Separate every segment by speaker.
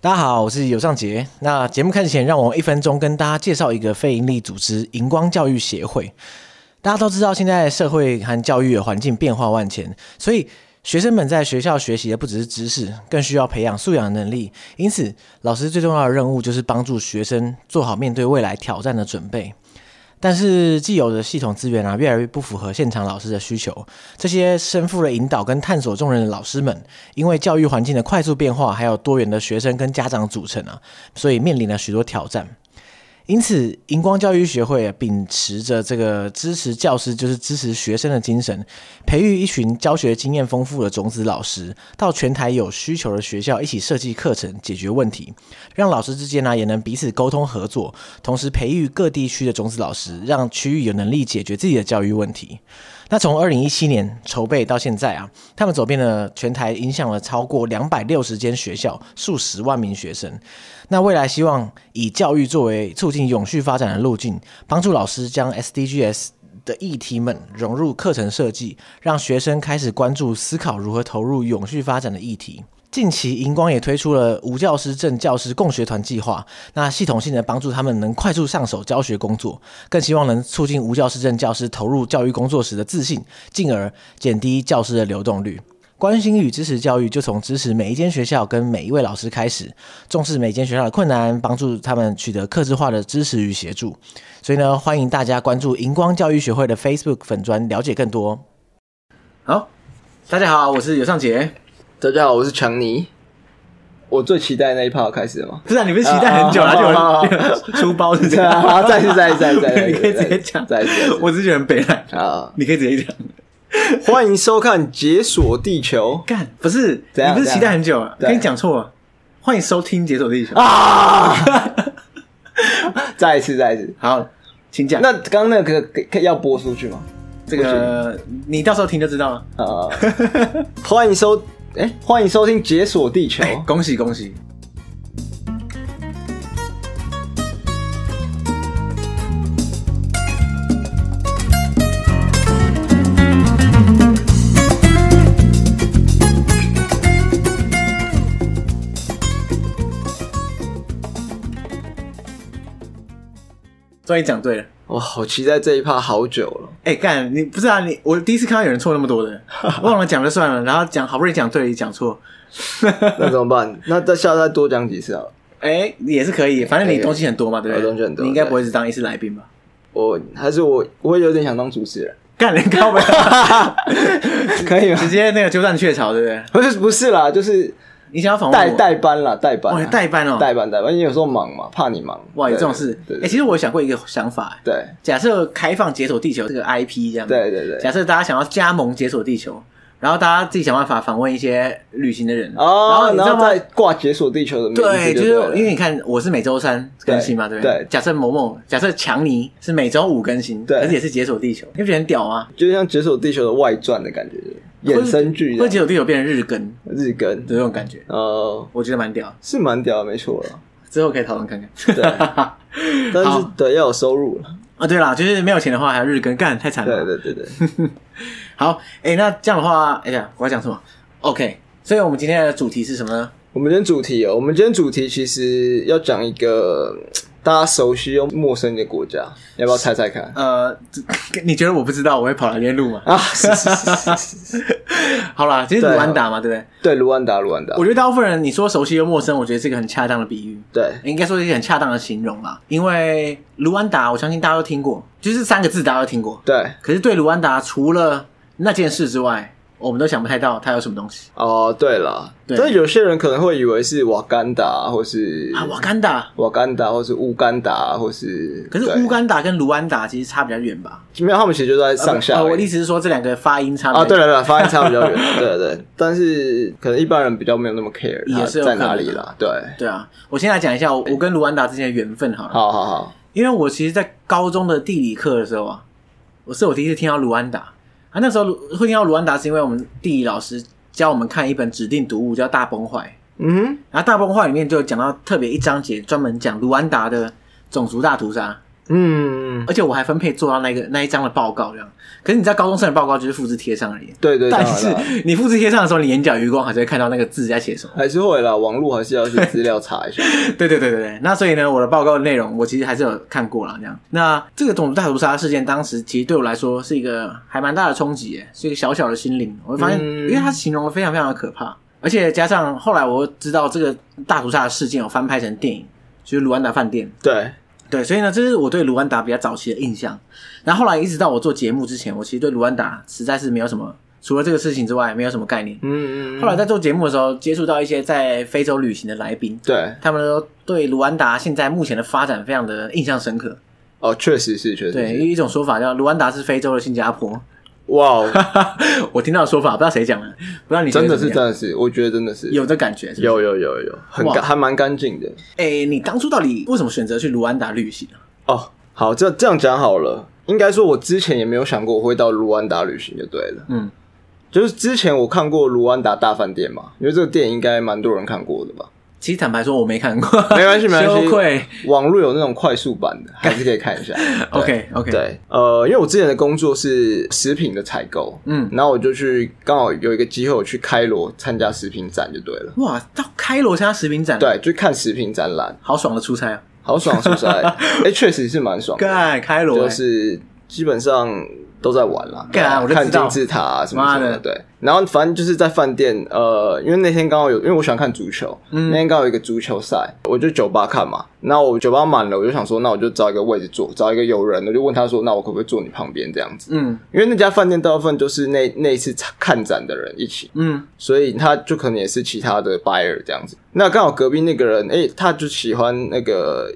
Speaker 1: 大家好，我是尤尚杰。那节目开始前，让我一分钟跟大家介绍一个非营利组织——荧光教育协会。大家都知道，现在社会和教育的环境变化万千，所以学生们在学校学习的不只是知识，更需要培养素养能力。因此，老师最重要的任务就是帮助学生做好面对未来挑战的准备。但是既有的系统资源啊，越来越不符合现场老师的需求。这些身负了引导跟探索重任的老师们，因为教育环境的快速变化，还有多元的学生跟家长组成啊，所以面临了许多挑战。因此，荧光教育学会啊秉持着这个支持教师就是支持学生的精神，培育一群教学经验丰富的种子老师，到全台有需求的学校一起设计课程，解决问题，让老师之间呢、啊也能彼此沟通合作，同时培育各地区的种子老师，让区域有能力解决自己的教育问题。那从二零一七年筹备到现在啊，他们走遍了全台，影响了超过两百六十间学校，数十万名学生。那未来希望以教育作为促进永续发展的路径，帮助老师将 SDGs 的议题们融入课程设计，让学生开始关注思考如何投入永续发展的议题。近期，荧光也推出了无教师证教师共学团计划，那系统性的帮助他们能快速上手教学工作，更希望能促进无教师证教师投入教育工作时的自信，进而减低教师的流动率。关心与支持教育，就从支持每一间学校跟每一位老师开始，重视每间学校的困难，帮助他们取得客制化的支持与协助。所以呢，欢迎大家关注荧光教育学会的 Facebook 粉专，了解更多。好，大家好，我是尤尚杰。
Speaker 2: 大家好，我是强尼。我最期待那一趴开始了吗？
Speaker 1: 不是、啊，你不是期待很久，
Speaker 2: 啊
Speaker 1: 然
Speaker 2: 好
Speaker 1: 后
Speaker 2: 好
Speaker 1: 就 出包是这
Speaker 2: 对啊，
Speaker 1: 样。
Speaker 2: 好，再一次，再一次，再一次，再一
Speaker 1: 你
Speaker 2: 次
Speaker 1: 可以直接讲，
Speaker 2: 再一次再一次
Speaker 1: 我只是觉得很北来，
Speaker 2: 啊！
Speaker 1: 你可以直接讲。
Speaker 2: 欢迎收看《解锁地球
Speaker 1: 干，不是，你
Speaker 2: 怎样
Speaker 1: 不是期待很久啊？
Speaker 2: 怎样
Speaker 1: 跟你讲错了，欢迎收听《解锁地球》》
Speaker 2: 啊！ 再一次，再一次。
Speaker 1: 好，请讲。
Speaker 2: 那刚刚那个可可要播出去吗？这
Speaker 1: 这
Speaker 2: 个是
Speaker 1: 个你到时候听就知道了。
Speaker 2: 啊，欢迎收哎，欢迎收听《解锁地球》。
Speaker 1: 恭喜恭喜！终于讲对了。
Speaker 2: 哇，我期待这一趴好久了。
Speaker 1: 哎、干，你不是啊？你我第一次看到有人错那么多 的，忘了讲就算了，然后讲好不容易讲对，讲错，
Speaker 2: 那怎么办？那再下次再多讲几次啊？
Speaker 1: 哎、也是可以，反正你东西很多嘛，对不对？
Speaker 2: 我东西很多
Speaker 1: 你应该不会是当一次来宾吧？
Speaker 2: 我还是我，我会有点想当主持人。
Speaker 1: 干人高呗，
Speaker 2: 可以吗
Speaker 1: 直接那个鸠占鹊巢，对不对？
Speaker 2: 不是不是啦，就是
Speaker 1: 你想要访问
Speaker 2: 代
Speaker 3: 哦
Speaker 1: 我
Speaker 2: 代班啦，代班
Speaker 1: 哇，
Speaker 2: 啦，
Speaker 1: 你代班哦、
Speaker 2: 代班代班，因为有时候忙嘛，怕你忙。
Speaker 1: 哇，有
Speaker 2: 对
Speaker 1: 这种事。哎
Speaker 2: 对、
Speaker 1: 其实我有想过一个想法、哎
Speaker 2: 对
Speaker 1: 假设开放解锁地球这个 IP 这样，
Speaker 2: 对对对
Speaker 1: 假设大家想要加盟解锁地球，然后大家自己想办法访问一些旅行的人，
Speaker 2: 哦，
Speaker 1: 然后你知
Speaker 2: 然
Speaker 1: 道
Speaker 2: 后
Speaker 1: 吗
Speaker 2: 再？挂解锁地球的名字
Speaker 1: 对，就
Speaker 2: 就是对了
Speaker 1: 因为你看，我是每周三更新嘛，对
Speaker 2: 对
Speaker 1: 不对？
Speaker 2: 对
Speaker 1: 假设某某，假设强尼是每周五更新，
Speaker 2: 对
Speaker 1: 可是也是解锁地球，你不觉得很屌吗？
Speaker 2: 就像解锁地球的外传的感觉，衍生剧这
Speaker 1: 会
Speaker 2: 样
Speaker 1: 解锁地球变成日更的
Speaker 2: 日更，
Speaker 1: 这种感觉，
Speaker 2: 呃，
Speaker 1: 我觉得蛮屌。
Speaker 2: 是蛮屌的，没错了。
Speaker 1: 之后可以讨论看看。
Speaker 2: 对
Speaker 1: 啊、
Speaker 2: 但是
Speaker 1: 好
Speaker 2: 对要有收入了，
Speaker 1: 对啦，就是没有钱的话还要日更，干太惨了。
Speaker 2: 对对对对，
Speaker 1: 好，哎、那这样的话，哎、呀，我要讲什么？OK，所以我们今天的主题是什么呢？
Speaker 2: 我们今天主题哦，我们今天主题其实要讲一个嗯大家熟悉又陌生的国家，要不要 猜猜看？
Speaker 1: 呃，这你觉得我不知道，我会跑来这边录 吗？
Speaker 2: 啊，是是是是是是，
Speaker 1: 好啦，就是
Speaker 2: 对啊
Speaker 1: 卢安达嘛，对不对？
Speaker 2: 对，卢安达，卢安达
Speaker 1: 我，觉得大部分人你说熟悉又陌生，我觉得是一个很恰当的比喻。
Speaker 2: 对，
Speaker 1: 应该说是一个很恰当的形容啦，因为卢安达，我相信大家都听过，就是三个字大家都听过。
Speaker 2: 对，
Speaker 1: 可是对卢安达，除了那件事之外，我们都想不太到它有什么东西
Speaker 2: 哦，对了，
Speaker 1: 对
Speaker 2: 但有些人可能会以为是瓦干达，或是
Speaker 1: 啊。瓦干达，
Speaker 2: 瓦干达，或是乌干达，或是
Speaker 1: 可是
Speaker 2: 对
Speaker 1: 乌干达跟卢安达其实差比较远吧？
Speaker 2: 没有，他们其实就在上下
Speaker 1: 啊
Speaker 2: 而
Speaker 1: 我的意
Speaker 2: 已。
Speaker 1: 思是说这两个发音差比较
Speaker 2: 啊，对了对了，发现差比较远， 对对对，但是可能一般人比较没有那么 care 它
Speaker 1: 也是有
Speaker 2: 在
Speaker 1: 可能
Speaker 2: 哪里啦，对，
Speaker 1: 对啊，我先来讲一下我我跟卢安达之间的缘分好了，
Speaker 2: 好好好，
Speaker 1: 因为我其实，在高中的地理课的时候啊，我是我第一次听到卢安达啊，那时候卢会听到卢安达是因为我们地理老师教我们看一本指定读物叫《大崩坏》。
Speaker 2: 嗯
Speaker 1: 然后大崩坏里面就有讲到特别一章节专门讲卢安达的种族大屠杀，
Speaker 2: 哼嗯，嗯
Speaker 3: 而且我还分配做到那个那一张的报告这样。可是你知道高中生的报告就是复制贴上而已，
Speaker 2: 对对，
Speaker 3: 但
Speaker 2: 当然啦
Speaker 3: 是你复制贴上的时候，你眼角余光还是会看到那个字在写什么。
Speaker 2: 还是会啦，网络还是要去资料查 一下。
Speaker 3: 对对对对对，那所以呢，我的报告的内容我其实还是有看过啦。这样。那这个种族大屠杀事件，当时其实对我来说是一个还蛮大的冲击耶，是一个小小的心灵。我会发现，
Speaker 2: 嗯
Speaker 3: 因为它形容的非常非常的可怕，而且加上后来我又知道这个大屠杀的事件有翻拍成电影，就是《卢安达饭店》。
Speaker 2: 对，
Speaker 3: 对，所以呢，这是我对卢安达比较早期的印象。然后后来一直到我做节目之前，我其实对卢安达实在是没有什么，除了这个事情之外，没有什么概念。
Speaker 2: 嗯嗯嗯，
Speaker 3: 后来在做节目的时候，接触到一些在非洲旅行的来宾，
Speaker 2: 对，
Speaker 3: 他们都对卢安达现在目前的发展非常的印象深刻。
Speaker 2: 哦，确实是，确实
Speaker 3: 对，有
Speaker 2: 是，
Speaker 3: 一种说法叫卢安达是非洲的新加坡，
Speaker 2: 哇 哦，
Speaker 3: 我听到的说法，不知道谁讲的，不知道你觉得
Speaker 2: 真的
Speaker 3: 怎
Speaker 2: 是，
Speaker 3: 么
Speaker 2: 真
Speaker 3: 样
Speaker 2: 的是，我觉得真的是
Speaker 3: 有这感觉是不是。
Speaker 2: 有有有有，很干，
Speaker 3: 哇
Speaker 2: 还蛮干净的。
Speaker 3: 哎、你当初到底为什么选择去卢安达旅行啊？
Speaker 2: 哦，好，这这样讲好了。应该说，我之前也没有想过我会到卢安达旅行，就对了。
Speaker 3: 嗯，
Speaker 2: 就是之前我看过《卢安达大饭店》嘛，因为这个电影应该蛮多人看过的 吧？
Speaker 3: 其实坦白说，我没看过，
Speaker 2: 没关系，没关
Speaker 3: 羞愧
Speaker 2: 系。网络有那种快速版的，还是可以看一 下。对
Speaker 3: OK OK，，
Speaker 2: 对，呃，因为我之前的工作是食品的采购，
Speaker 3: 嗯，
Speaker 2: 然后我就去刚好有一个机会，我去开罗参加食品展就对了。
Speaker 3: 哇，到开罗参加食品展，，
Speaker 2: 对，就看食品展览，
Speaker 3: 好爽的出差啊！
Speaker 2: 好爽，是不 是？哎，确实是蛮爽的，
Speaker 3: 干开罗、欸，
Speaker 2: 就是基本上都在玩啦，对
Speaker 3: 干
Speaker 2: 啊
Speaker 3: 我就
Speaker 2: 看
Speaker 3: 知道
Speaker 2: 金字塔、啊、什么什么
Speaker 3: 妈
Speaker 2: 的，
Speaker 3: 的
Speaker 2: 对。然后反正就是在饭店，呃，因为那天刚好有，因为我喜欢看足球，
Speaker 3: 嗯
Speaker 2: 那天刚好有一个足球赛，我就酒吧看嘛。那我酒吧满了，我就想说，那我就找一个位置坐，找一个有人，我就问他说，那我可不可以坐你旁边这样子？
Speaker 3: 嗯
Speaker 2: 因为那家饭店大部分都是那那一次看展的人一起，
Speaker 3: 嗯，
Speaker 2: 所以他就可能也是其他的 buyer 这样子。那刚好隔壁那个人，诶、他就喜欢那个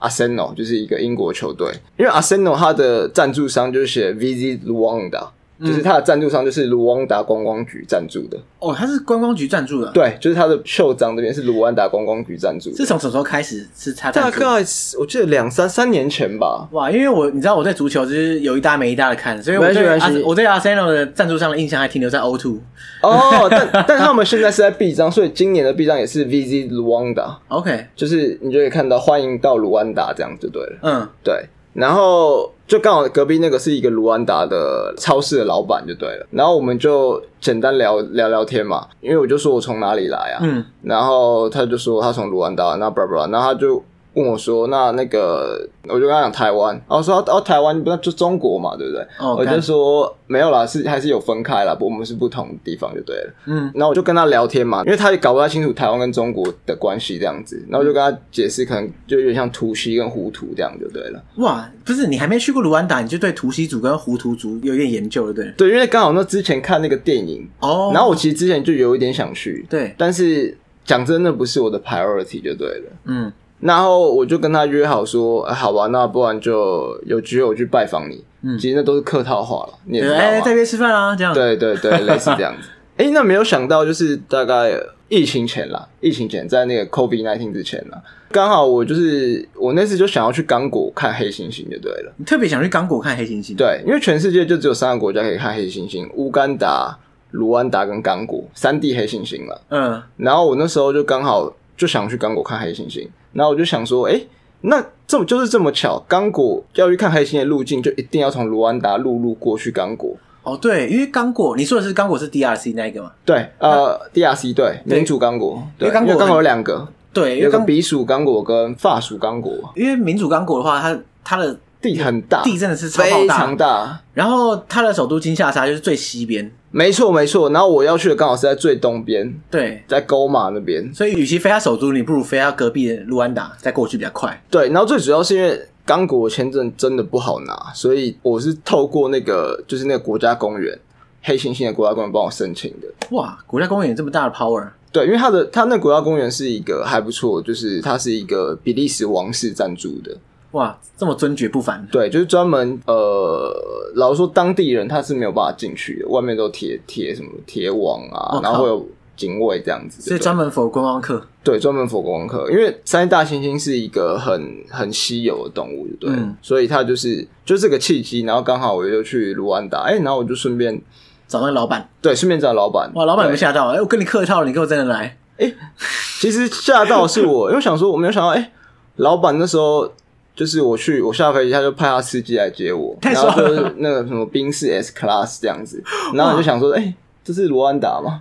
Speaker 2: Arsenal，就是一个英国球队。因为 Arsenal 他的赞助商就是写 VZ Luanda，就是他的赞助商就是卢旺达观光局赞助的。
Speaker 3: 哦，他是观光局赞助的，，
Speaker 2: 对，就是他的袖章这边是卢旺达观光局赞助
Speaker 3: 是
Speaker 2: 的。
Speaker 3: 从什么时候开始是他
Speaker 2: 大
Speaker 3: 赞助的？
Speaker 2: 概是我记得两三三年前吧。
Speaker 3: 哇，因为我你知道我对足球就是有一搭没一搭的看，所以我
Speaker 2: 没关系
Speaker 3: 对
Speaker 2: 没
Speaker 3: 阿
Speaker 2: 关系
Speaker 3: 我对阿森纳的赞助商的印象还停留在 O two。
Speaker 2: 哦，但但他们现在是在 B 章，所以今年的 B 章也是 VZ 卢旺达，
Speaker 3: OK，
Speaker 2: 就是你就可以看到欢迎到卢旺达这样就对了。
Speaker 3: 嗯
Speaker 2: 对，然后就刚好隔壁那个是一个卢安达的超市的老板就对了，然后我们就简单聊聊聊天嘛，因为我就说我从哪里来啊，
Speaker 3: 嗯，
Speaker 2: 然后他就说他从卢安达，那巴拉巴拉，然后他就。问我说：“那那个，我就跟他讲台湾，然后说哦，台湾不就中国嘛，对不对？”
Speaker 3: 哦
Speaker 2: 我就
Speaker 3: 干
Speaker 2: 说没有啦，是还是有分开啦，不，我们是不同的地方就对了。
Speaker 3: 嗯
Speaker 2: 然后我就跟他聊天嘛，因为他也搞不太清楚台湾跟中国的关系这样子，然后我就跟他解释，可能就有点像图西跟糊涂这样就对了。
Speaker 3: 哇，不是你还没去过卢安达，你就对图西族跟胡图族有点研究了，对不对？
Speaker 2: 对，因为刚好那之前看那个电影，
Speaker 3: 哦，
Speaker 2: 然后我其实之前就有一点想去，
Speaker 3: 对，
Speaker 2: 但是讲真的不是我的 priority 就对了。
Speaker 3: 嗯
Speaker 2: 然后我就跟他约好说，哎好吧，那不然就有机会我去拜访你。
Speaker 3: 嗯
Speaker 2: 其实那都是客套话了，你也知
Speaker 3: 对，
Speaker 2: 道
Speaker 3: 哎、
Speaker 2: 嘛
Speaker 3: 在这边吃饭啊，这样，
Speaker 2: 对对对，类似这样子。哎、那没有想到，就是大概疫情前啦，疫情前在那个 COVID nineteen 之前啦，刚好我就是我那次就想要去刚果看黑猩猩就对了。
Speaker 3: 你特别想去刚果看黑猩猩，，
Speaker 2: 对，因为全世界就只有三个国家可以看黑猩猩：乌干达、卢安达跟刚果，三地黑猩猩嘛。
Speaker 3: 嗯
Speaker 2: 然后我那时候就刚好就想去刚果看黑猩猩，然后我就想说，哎、那这么就是这么巧，刚果要去看黑猩猩的路径，就一定要从卢安达陆路过去刚果。
Speaker 3: 哦对，因为刚果你说的是刚果是 DRC 那一个嘛，
Speaker 2: 对，呃，DRC 对，
Speaker 3: 对
Speaker 2: 民主刚果，对，
Speaker 3: 因为刚果
Speaker 2: 刚好有两个，
Speaker 3: 对，因
Speaker 2: 有
Speaker 3: 为
Speaker 2: 个
Speaker 3: 刚
Speaker 2: 比属刚果跟法属刚果，
Speaker 3: 因为民主刚果的话，它它的
Speaker 2: 地很大，
Speaker 3: 地真的是超爆
Speaker 2: 啊非
Speaker 3: 大
Speaker 2: 常大，
Speaker 3: 然后它的首都金夏沙就是最西边，
Speaker 2: 没错没错。然后我要去的刚好是在最东边，
Speaker 3: 对，
Speaker 2: 在沟马那边，
Speaker 3: 所以与其飞它首都，你不如飞它隔壁的卢安达，再过去比较快。
Speaker 2: 对，然后最主要是因为刚果签证真的不好拿，所以我是透过那个就是那个国家公园黑猩猩的国家公园帮我申请的。
Speaker 3: 哇，国家公园有这么大的 power，
Speaker 2: 对，因为它的它那国家公园是一个还不错，就是它是一个比利时王室赞助的，
Speaker 3: 哇，这么尊爵不凡。
Speaker 2: 对，就是专门呃，老实说当地人他是没有办法进去的，外面都贴贴什么铁网啊，
Speaker 3: 哦我靠
Speaker 2: 然后会有警卫这样子，
Speaker 3: 所以专门否观光客，
Speaker 2: 对，专门佛光客，因为三大猩猩是一个很很稀有的动物，对，
Speaker 3: 嗯
Speaker 2: 所以它就是就这个契机，然后刚好我就去卢安达，哎、然后我就顺便
Speaker 3: 找那个老板，
Speaker 2: 对顺便找老板，
Speaker 3: 哇，老板有没有
Speaker 2: 对
Speaker 3: 吓到？哎、我跟你客套，你给我真的来，
Speaker 2: 其实吓到是我，因为我想说我没有想到，哎、老板那时候就是我去，我下飞机，他就派他司机来接我，
Speaker 3: 太
Speaker 2: 然
Speaker 3: 爽
Speaker 2: 后
Speaker 3: 了
Speaker 2: 就是那个什么宾士 S Class 这样子，然后我就想说，哎、这是卢安达吗？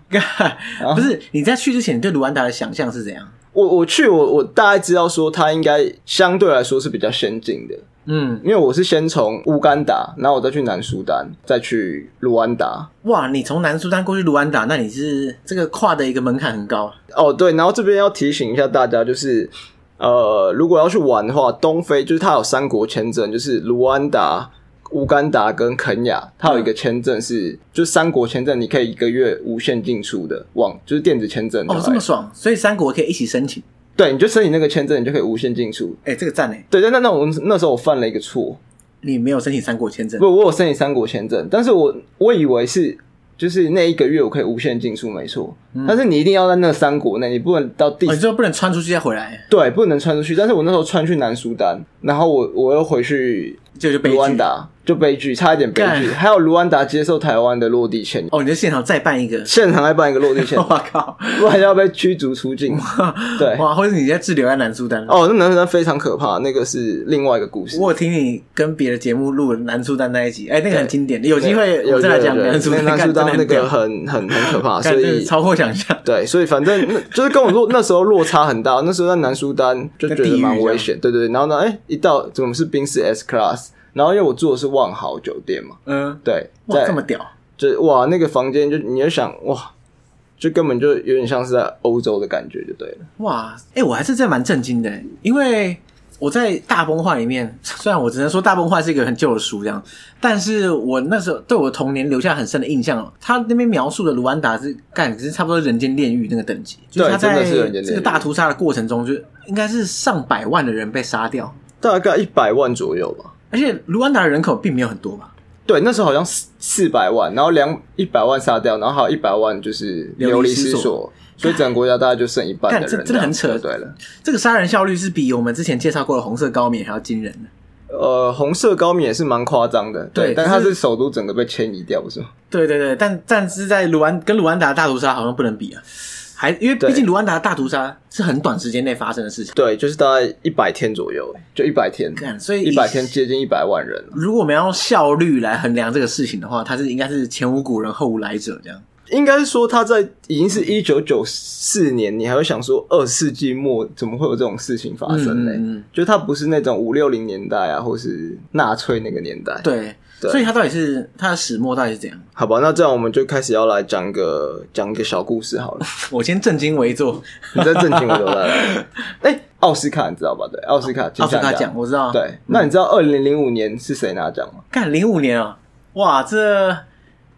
Speaker 2: 啊
Speaker 3: 不是你在去之前，你对卢安达的想象是怎样？
Speaker 2: 我我去，我我大概知道说它应该相对来说是比较先进的，
Speaker 3: 嗯，
Speaker 2: 因为我是先从乌干达，然后我再去南苏丹，再去卢安达。
Speaker 3: 哇，你从南苏丹过去卢安达，那你是这个跨的一个门槛很高。
Speaker 2: 哦，对，然后这边要提醒一下大家，就是呃，如果要去玩的话，东非就是它有三国签证，就是卢安达、乌干达跟肯亚，它有一个签证是、就是三国签证，你可以一个月无限进出的网，就是电子签证的
Speaker 3: 哦
Speaker 2: 来。，
Speaker 3: 这么爽，所以三国可以一起申请。
Speaker 2: 对，你就申请那个签证，你就可以无限进出。
Speaker 3: 哎、这个赞哎，
Speaker 2: 对，但那那我那时候我犯了一个错，
Speaker 3: 你没有申请三国签证
Speaker 2: 不，我有申请三国签证，但是我我以为是就是那一个月我可以无限进出，没错，但是你一定要在那三国内，你不能到第
Speaker 3: 嗯哦，你最后不能穿出去再回来，
Speaker 2: 对，不能穿出去。但是我那时候穿去南苏丹，然后我我又回去
Speaker 3: 就就悲
Speaker 2: 卢安
Speaker 3: 剧。
Speaker 2: 达，就悲剧，差一点悲
Speaker 3: 干
Speaker 2: 剧。还有卢安达接受台湾的落地签，
Speaker 3: 哦，你就现场再办一 个，
Speaker 2: 现场还办一个落地签
Speaker 3: 我，靠，
Speaker 2: 不然要被驱逐出境。对，
Speaker 3: 哇，或者你在滞留在南苏丹。
Speaker 2: 哎哦，那南苏丹非常可怕，那个是另外一个故事。
Speaker 3: 我有听你跟别的节目录南苏丹那一集，哎、那个很经典，有机会
Speaker 2: 有
Speaker 3: 我再来讲
Speaker 2: 有有
Speaker 3: 南苏丹。
Speaker 2: 南苏
Speaker 3: 干真的
Speaker 2: 丹
Speaker 3: 很
Speaker 2: 那个
Speaker 3: 屌
Speaker 2: 很很很可怕，
Speaker 3: 干
Speaker 2: 所
Speaker 3: 真的
Speaker 2: 以。
Speaker 3: 超乎想象。
Speaker 2: 对，所以反正那就是跟我落那时候落差很大，那时候在南苏丹就觉
Speaker 3: 在地
Speaker 2: 得
Speaker 3: 狱
Speaker 2: 蛮
Speaker 3: 这
Speaker 2: 危
Speaker 3: 样
Speaker 2: 险，对对对。然后呢，哎，一到怎么是宾士 S Class，然后因为我住的是万豪酒店嘛，
Speaker 3: 嗯，
Speaker 2: 对，
Speaker 3: 哇，
Speaker 2: 在
Speaker 3: 这么屌，
Speaker 2: 就哇，那个房间就你就想哇，就根本就有点像是在欧洲的感觉，就对了。
Speaker 3: 哇，哎、我还是真的蛮震惊的，因为我在大崩坏里面， 虽然我只能说大崩坏是一个很旧的书这样，但是我那时候对我童年留下很深的印象。哦他那边描述的卢安达是干，只是差不多人间炼狱那个等级，就是
Speaker 2: 对
Speaker 3: 他在
Speaker 2: 真的是人间炼狱
Speaker 3: 这个大屠杀的过程中，就应该是上百万的人被杀掉，
Speaker 2: 大概一百万左右吧。
Speaker 3: 而且卢安达的人口并没有很多吧？
Speaker 2: 对，那时候好像四四百万，然后两一百万杀掉，然后还有一百万就是流
Speaker 3: 流离
Speaker 2: 离
Speaker 3: 失
Speaker 2: 失
Speaker 3: 所
Speaker 2: 所，所以整个国家大概就剩一半的
Speaker 3: 干
Speaker 2: 人
Speaker 3: 这
Speaker 2: 这样子，
Speaker 3: 真的很扯
Speaker 2: 就对了，
Speaker 3: 这个杀人效率是比我们之前介绍过的红色高棉还要惊人的。
Speaker 2: 呃，红色高棉也是蛮夸张的，
Speaker 3: 对
Speaker 2: 对，但
Speaker 3: 可
Speaker 2: 它
Speaker 3: 是
Speaker 2: 是首都整个被迁移掉，不是吗？
Speaker 3: 对对对，但但是在卢安跟卢安达的大屠杀好像不能比啊，还因为
Speaker 2: 对
Speaker 3: 毕竟卢安达的大屠杀是很短时间内发生的事情，
Speaker 2: 对，就是大概一百天左右，就一百天，
Speaker 3: 看所以
Speaker 2: 一百天。接近一百万人了。
Speaker 3: 如果我们要用效率来衡量这个事情的话，它是应该是前无古人后无来者这样。
Speaker 2: 应该是说他在已经是一九九四年，你还会想说二世纪末怎么会有这种事情发生呢？
Speaker 3: 嗯嗯嗯
Speaker 2: 就他不是那种五六零年代啊，或是纳粹那个年代。，
Speaker 3: 对，
Speaker 2: 对
Speaker 3: 所以它到底是它的始末到底是怎样？
Speaker 2: 好吧，那这样我们就开始要来讲一个讲一个小故事好了。
Speaker 3: 我先震惊为坐，
Speaker 2: 你在正经我都来 了。哎、奥斯卡你知道吧？对，奥斯卡
Speaker 3: 奥斯卡
Speaker 2: 金像
Speaker 3: 奖我知道。，
Speaker 2: 对，那你知道二零零五年是谁拿奖吗？
Speaker 3: 看零五年啊，哇，这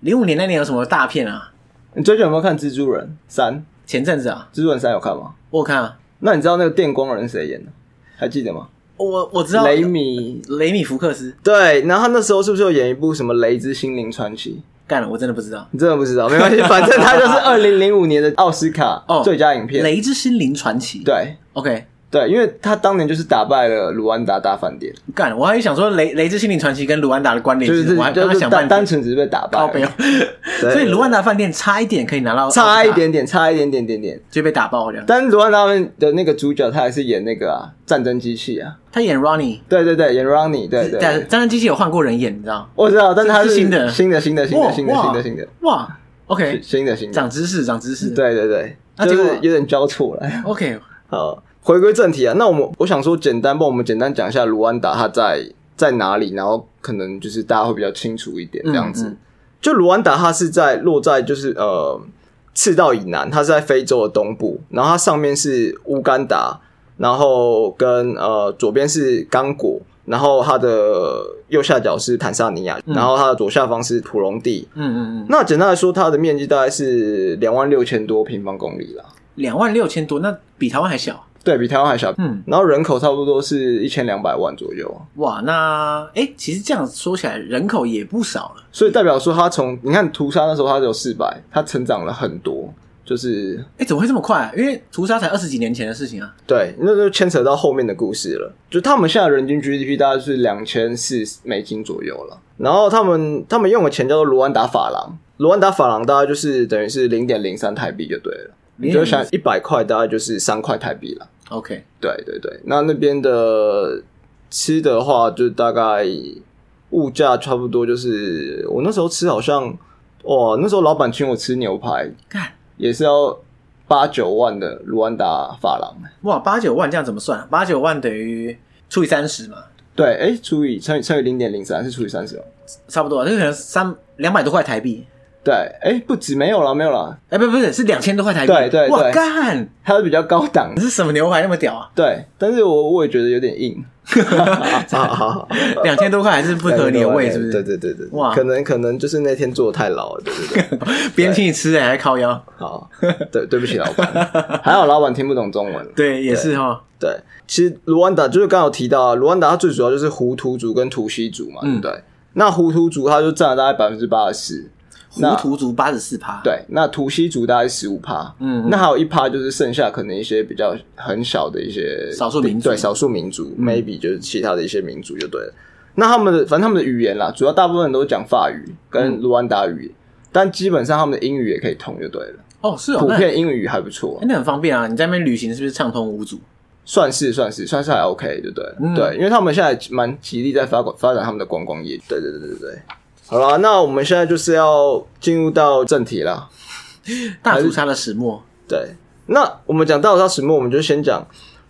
Speaker 3: 零五年那年有什么大片啊？
Speaker 2: 你最近有没有看《蜘蛛人三》？
Speaker 3: 前阵子啊，
Speaker 2: 《蜘蛛人三》有看吗？
Speaker 3: 我有看啊，
Speaker 2: 那你知道那个电光人是谁演的？还记得吗？
Speaker 3: 我我知道
Speaker 2: 雷米
Speaker 3: 雷米福克斯，
Speaker 2: 对，然后他那时候是不是有演一部什么《雷之心灵传奇》？
Speaker 3: 干了，我真的不知道。
Speaker 2: 你真的不知道，没 关系，反正他就是二零零五年的奥斯卡
Speaker 3: 哦
Speaker 2: 最佳影
Speaker 3: 《
Speaker 2: 片。
Speaker 3: 雷之心灵传奇》
Speaker 2: 对
Speaker 3: OK，
Speaker 2: 对，因为他当年就是打败了卢安达大饭店，
Speaker 3: 干，我还想说雷《雷之心灵传奇》跟卢安达的关联
Speaker 2: 就
Speaker 3: 性，
Speaker 2: 是
Speaker 3: 我还刚
Speaker 2: 就
Speaker 3: 刚
Speaker 2: 是
Speaker 3: 想
Speaker 2: 单
Speaker 3: 半
Speaker 2: 单
Speaker 3: 天。
Speaker 2: 纯只是被打败
Speaker 3: 靠背
Speaker 2: 而
Speaker 3: 哦
Speaker 2: 已，，
Speaker 3: 所以卢安达饭店差一点可以拿到奥斯卡，
Speaker 2: 差一点点，差一点点点点。
Speaker 3: 就被打爆了。
Speaker 2: 但是卢安达们的那个主角，他还是演那个啊，战争机器啊，
Speaker 3: 他演 Ronnie，
Speaker 2: 对对对，演 Ronnie，对对
Speaker 3: 但
Speaker 2: 对，
Speaker 3: 战争机器有换过人演，你知道？
Speaker 2: 我知道，但是他
Speaker 3: 是
Speaker 2: 是
Speaker 3: 新的
Speaker 2: 新的新的新
Speaker 3: 哇
Speaker 2: 的新的
Speaker 3: 哇
Speaker 2: 新的新的
Speaker 3: 哇，OK，
Speaker 2: 新的新的，
Speaker 3: 长知识，长知识。
Speaker 2: 对对对，
Speaker 3: 那
Speaker 2: 就
Speaker 3: 结果
Speaker 2: 是有点交错了。
Speaker 3: ，OK，
Speaker 2: 好，回归正题啊，那我们我想说，简单帮我们简单讲一下卢安达它在在哪里，然后可能就是大家会比较清楚一点这样子。
Speaker 3: 嗯嗯
Speaker 2: 就卢安达它是在落在就是呃赤道以南，它是在非洲的东部，然后它上面是乌干达，然后跟呃左边是刚果。然后它的右下角是坦桑尼亚，然后它的左下方是普隆地。
Speaker 3: 嗯嗯嗯嗯，
Speaker 2: 那简单来说，它的面积大概是两万六千多平方公里啦，
Speaker 3: 两万六千多，那比台湾还小。
Speaker 2: 对比台湾还小。
Speaker 3: 嗯，
Speaker 2: 然后人口差不多是一千两百万左右，
Speaker 3: 哇，那哎，诶其实这样说起来，人口也不少了。
Speaker 2: 所以代表说他从你看屠杀那时候他只有四百，他成长了很多，就是
Speaker 3: 哎，怎么会这么快啊？因为屠杀才二十几年前的事情啊。
Speaker 2: 对，那就牵扯到后面的故事了。就他们现在人均 GDP 大概是两千四美金左右了，然后他们他们用的钱叫做卢安达法郎，卢安达法郎大概就是等于是零点零三台币就对了，你就想一百块大概就是三块台币了。
Speaker 3: OK，
Speaker 2: 对对对，那那边的吃的话，就大概物价差不多，就是我那时候吃好像，哇，那时候老板请我吃牛排，
Speaker 3: 干
Speaker 2: 也是要八九万的卢安达法郎。
Speaker 3: 哇，八九万这样怎么算？啊八九万等于除以三十嘛，
Speaker 2: 对，哎、除以乘以乘以零点零三是除以三十哦。
Speaker 3: 差不多，这可能三两百多块台币。
Speaker 2: 对，哎、不止，没有了，没有了，
Speaker 3: 哎、不不是，是两千多块台币。
Speaker 2: 对对
Speaker 3: 哇
Speaker 2: 对
Speaker 3: 干，
Speaker 2: 它是比较高档
Speaker 3: 你。是什么牛排那么屌啊？
Speaker 2: 对，但是我我也觉得有点硬，呃
Speaker 3: 两千多块还是不合你的胃，是不是？
Speaker 2: 对对对对，对
Speaker 3: 哇
Speaker 2: 可能可能就是那天做的太老了，对对对。
Speaker 3: 别人请你吃、哎，还靠腰。
Speaker 2: 好， 对对不起老板，还好老板听不懂中文。
Speaker 3: 对，也是哈。
Speaker 2: 对，其实卢安达就是刚好提到啊，卢安达它最主要就是胡图族跟图西族嘛，对不对？那胡图族它就占了大概百分之八十四，
Speaker 3: 糊
Speaker 2: 那
Speaker 3: 涂族八十四趴。，
Speaker 2: 对，那图西族大概十五趴，
Speaker 3: 嗯
Speaker 2: 那还有一趴就是剩下可能一些比较很小的一些
Speaker 3: 少数民族嗯
Speaker 2: 对少数民族、m a y b e 就是其他的一些民族就对了。那他们的反正他们的语言啦，主要大部分人都讲法语
Speaker 3: 嗯
Speaker 2: 跟卢安达语，但基本上他们的英语也可以通就对了，
Speaker 3: 哦，是哦，
Speaker 2: 普
Speaker 3: 那、
Speaker 2: 遍英语还不错。
Speaker 3: 哎那很方便啊。你在那边旅行是不是畅通无阻？
Speaker 2: 算是算是算是还 OK，对不对了？
Speaker 3: 嗯
Speaker 2: 对，因为他们现在蛮极力在发广发展他们的观光业。对对对对对。好啦，那我们现在就是要进入到正题啦。
Speaker 3: 大屠杀的始末，
Speaker 2: 对，那我们讲到它始末，我们就先讲，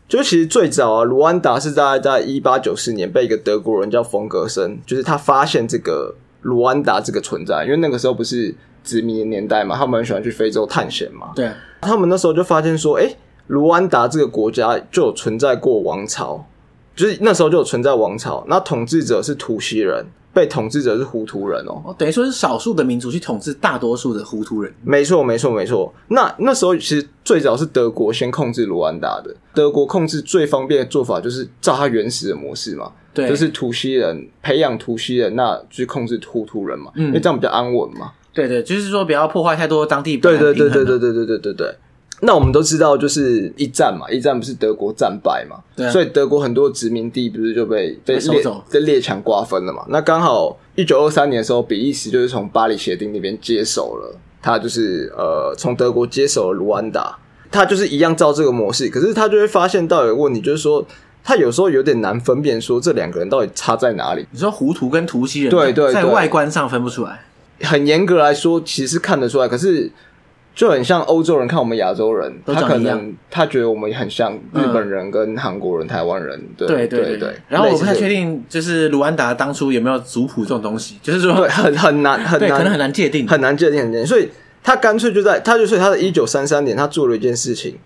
Speaker 2: 就其实最早啊，卢安达是大概在一八九四年被一个德国人叫冯格森，就是他发现这个卢安达这个存在，因为那个时候不是殖民的年代嘛，他们很喜欢去非洲探险嘛，
Speaker 3: 对，
Speaker 2: 他们那时候就发现说，哎、卢安达这个国家就有存在过王朝，就是那时候就有存在王朝，那统治者是图西人，被统治者是胡图人哦。
Speaker 3: 哦，等于说是少数的民族去统治大多数的糊涂人。
Speaker 2: 没错，没错，没错。那那时候其实最早是德国先控制卢安达的，德国控制最方便的做法就是照它原始的模式嘛，
Speaker 3: 对，
Speaker 2: 就是图西人培养图西人，那去控制胡图人嘛，
Speaker 3: 嗯
Speaker 2: 因为这样比较安稳嘛。
Speaker 3: 对对，就是说不要破坏太多当地本
Speaker 2: 对
Speaker 3: 来的
Speaker 2: 对
Speaker 3: 平衡
Speaker 2: 对对
Speaker 3: 啊
Speaker 2: 对对对对对对。那我们都知道，就是一战嘛，一战不是德国战败嘛，
Speaker 3: 对啊
Speaker 2: 所以德国很多殖民地不是就被被
Speaker 3: 被收
Speaker 2: 列
Speaker 3: 走
Speaker 2: 被列强瓜分了嘛。那刚好一九二三年的时候，比利时就是从巴黎协定那边接手了，他就是呃从德国接手了卢安达，他就是一样照这个模式，可是他就会发现到有个问题，就是说他有时候有点难分辨说这两个人到底差在哪里。
Speaker 3: 你说糊涂跟图西人，
Speaker 2: 对对对
Speaker 3: 在外观上分不出来。
Speaker 2: 很严格来说，其实看得出来，可是就很像欧洲人看我们亚洲人，
Speaker 3: 都
Speaker 2: 他
Speaker 3: 长
Speaker 2: 可
Speaker 3: 一样
Speaker 2: 能他觉得我们很像日本人、跟韩国人、台湾人，对
Speaker 3: 对
Speaker 2: 对
Speaker 3: 对
Speaker 2: 对。
Speaker 3: 然后我
Speaker 2: 类似
Speaker 3: 不太
Speaker 2: 这
Speaker 3: 确
Speaker 2: 个，
Speaker 3: 定，就是卢安达当初有没有族谱这种东西，就是说
Speaker 2: 对，很很难，很
Speaker 3: 对，
Speaker 2: 难，
Speaker 3: 可能很难界定。
Speaker 2: 很难界定，很难。所以他干脆就在，他就所以他在一九三三年，他做了一件事情，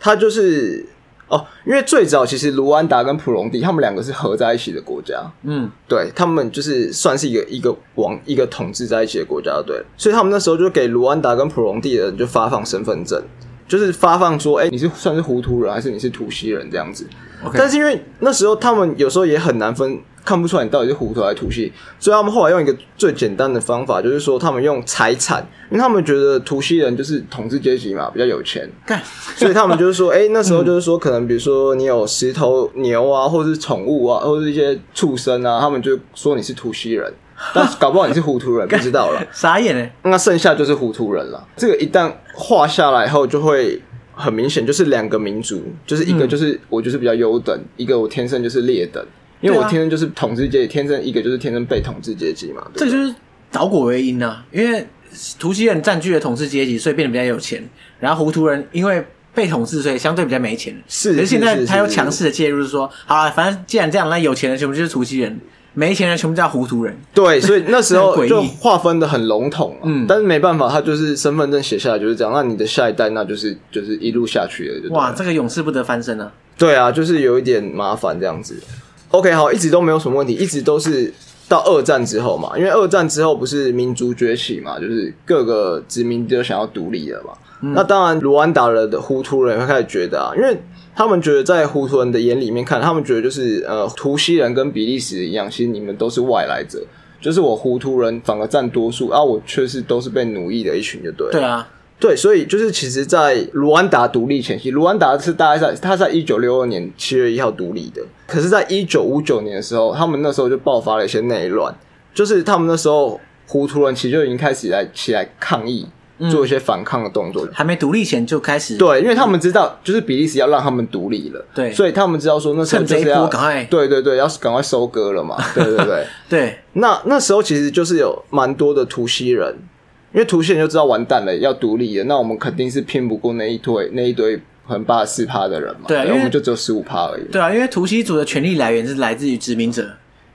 Speaker 2: 他就是哦，因为最早其实卢安达跟普隆迪他们两个是合在一起的国家，
Speaker 3: 嗯，
Speaker 2: 对他们就是算是一个一个王一个统治在一起的国家，对，所以他们那时候就给卢安达跟普隆地的人就发放身份证，就是发放说，哎、你是算是糊涂人还是你是土西人这样子。
Speaker 3: OK
Speaker 2: 但是因为那时候他们有时候也很难分，看不出来你到底是糊涂还是土西，所以他们后来用一个最简单的方法，就是说他们用财产，因为他们觉得土西人就是统治阶级嘛，比较有钱，
Speaker 3: 干，
Speaker 2: 所以他们就是说，哎、那时候就是说，可能比如说你有十头牛啊，或者是宠物啊，或者是一些畜生啊，他们就说你是土西人，但是搞不好你是糊涂人，不知道 了。
Speaker 3: 傻眼哎，
Speaker 2: 那剩下就是糊涂人了。这个一旦画下来后，就会很明显，就是两个民族，就是一个就是我就是比较优等，一个我天生就是劣等，因为我
Speaker 3: 对啊
Speaker 2: 天生就是统治阶级，天生一个就是天生被统治阶级嘛。
Speaker 3: 这
Speaker 2: 对
Speaker 3: 个
Speaker 2: 不对
Speaker 3: 就是导果为因啊，因为图西人占据了统治阶级，所以变得比较有钱，然后糊涂人因为。被统治，所以相对比较没钱。
Speaker 2: 是
Speaker 3: 可是现
Speaker 2: 是
Speaker 3: 在
Speaker 2: 是
Speaker 3: 他又
Speaker 2: 是
Speaker 3: 强势的介入，就是说，好啊，反正既然这样，那有钱的全部就是图西人，没钱的全部叫糊涂人。
Speaker 2: 对，所以那时
Speaker 3: 很诡
Speaker 2: 候
Speaker 3: 异
Speaker 2: 就划分的很笼统、啊，
Speaker 3: 嗯
Speaker 2: 但是没办法，他就是身份证写下来就是这样，那你的下一代那就是就是一路下去了，就对了啊
Speaker 3: 哇，这个永世不得翻身啊！
Speaker 2: 对啊，就是有一点麻烦这样子。OK，好，一直都没有什么问题，一直都是到二战之后嘛，因为二战之后不是民族崛起嘛，就是各个殖民地都想要独立了嘛。那当然，卢安达人的胡图人会开始觉得啊，因为他们觉得在胡图人的眼里面看，他们觉得就是呃，图西人跟比利时一样，其实你们都是外来者，就是我胡图人反而占多数啊，我却是都是被奴役的一群，就对了。
Speaker 3: 对啊，
Speaker 2: 对，所以就是其实，在卢安达独立前夕，卢安达是大概在他在一九六二年七月一号独立的，可是，在一九五九年的时候，他们那时候就爆发了一些内乱，就是他们那时候胡图人其实就已经开始来起来抗议，
Speaker 3: 嗯
Speaker 2: 做一些反抗的动作。
Speaker 3: 还没独立前就开始，
Speaker 2: 对，因为他们知道，就是比利时要让他们独立了，
Speaker 3: 对
Speaker 2: 所以他们知道说那时候
Speaker 3: 趁这
Speaker 2: 就
Speaker 3: 一
Speaker 2: 是
Speaker 3: 波
Speaker 2: 要
Speaker 3: 赶快
Speaker 2: 对对对，要赶快收割了嘛，对对对。
Speaker 3: 对
Speaker 2: 那那时候其实就是有蛮多的图西人，因为图西人就知道完蛋了，要独立了，那我们肯定是拼不过那一堆那一堆可能八十四趴的人嘛，
Speaker 3: 对因为
Speaker 2: 我们就只有十五趴而已。
Speaker 3: 对啊，因为图西族的权力来源是来自于殖民者，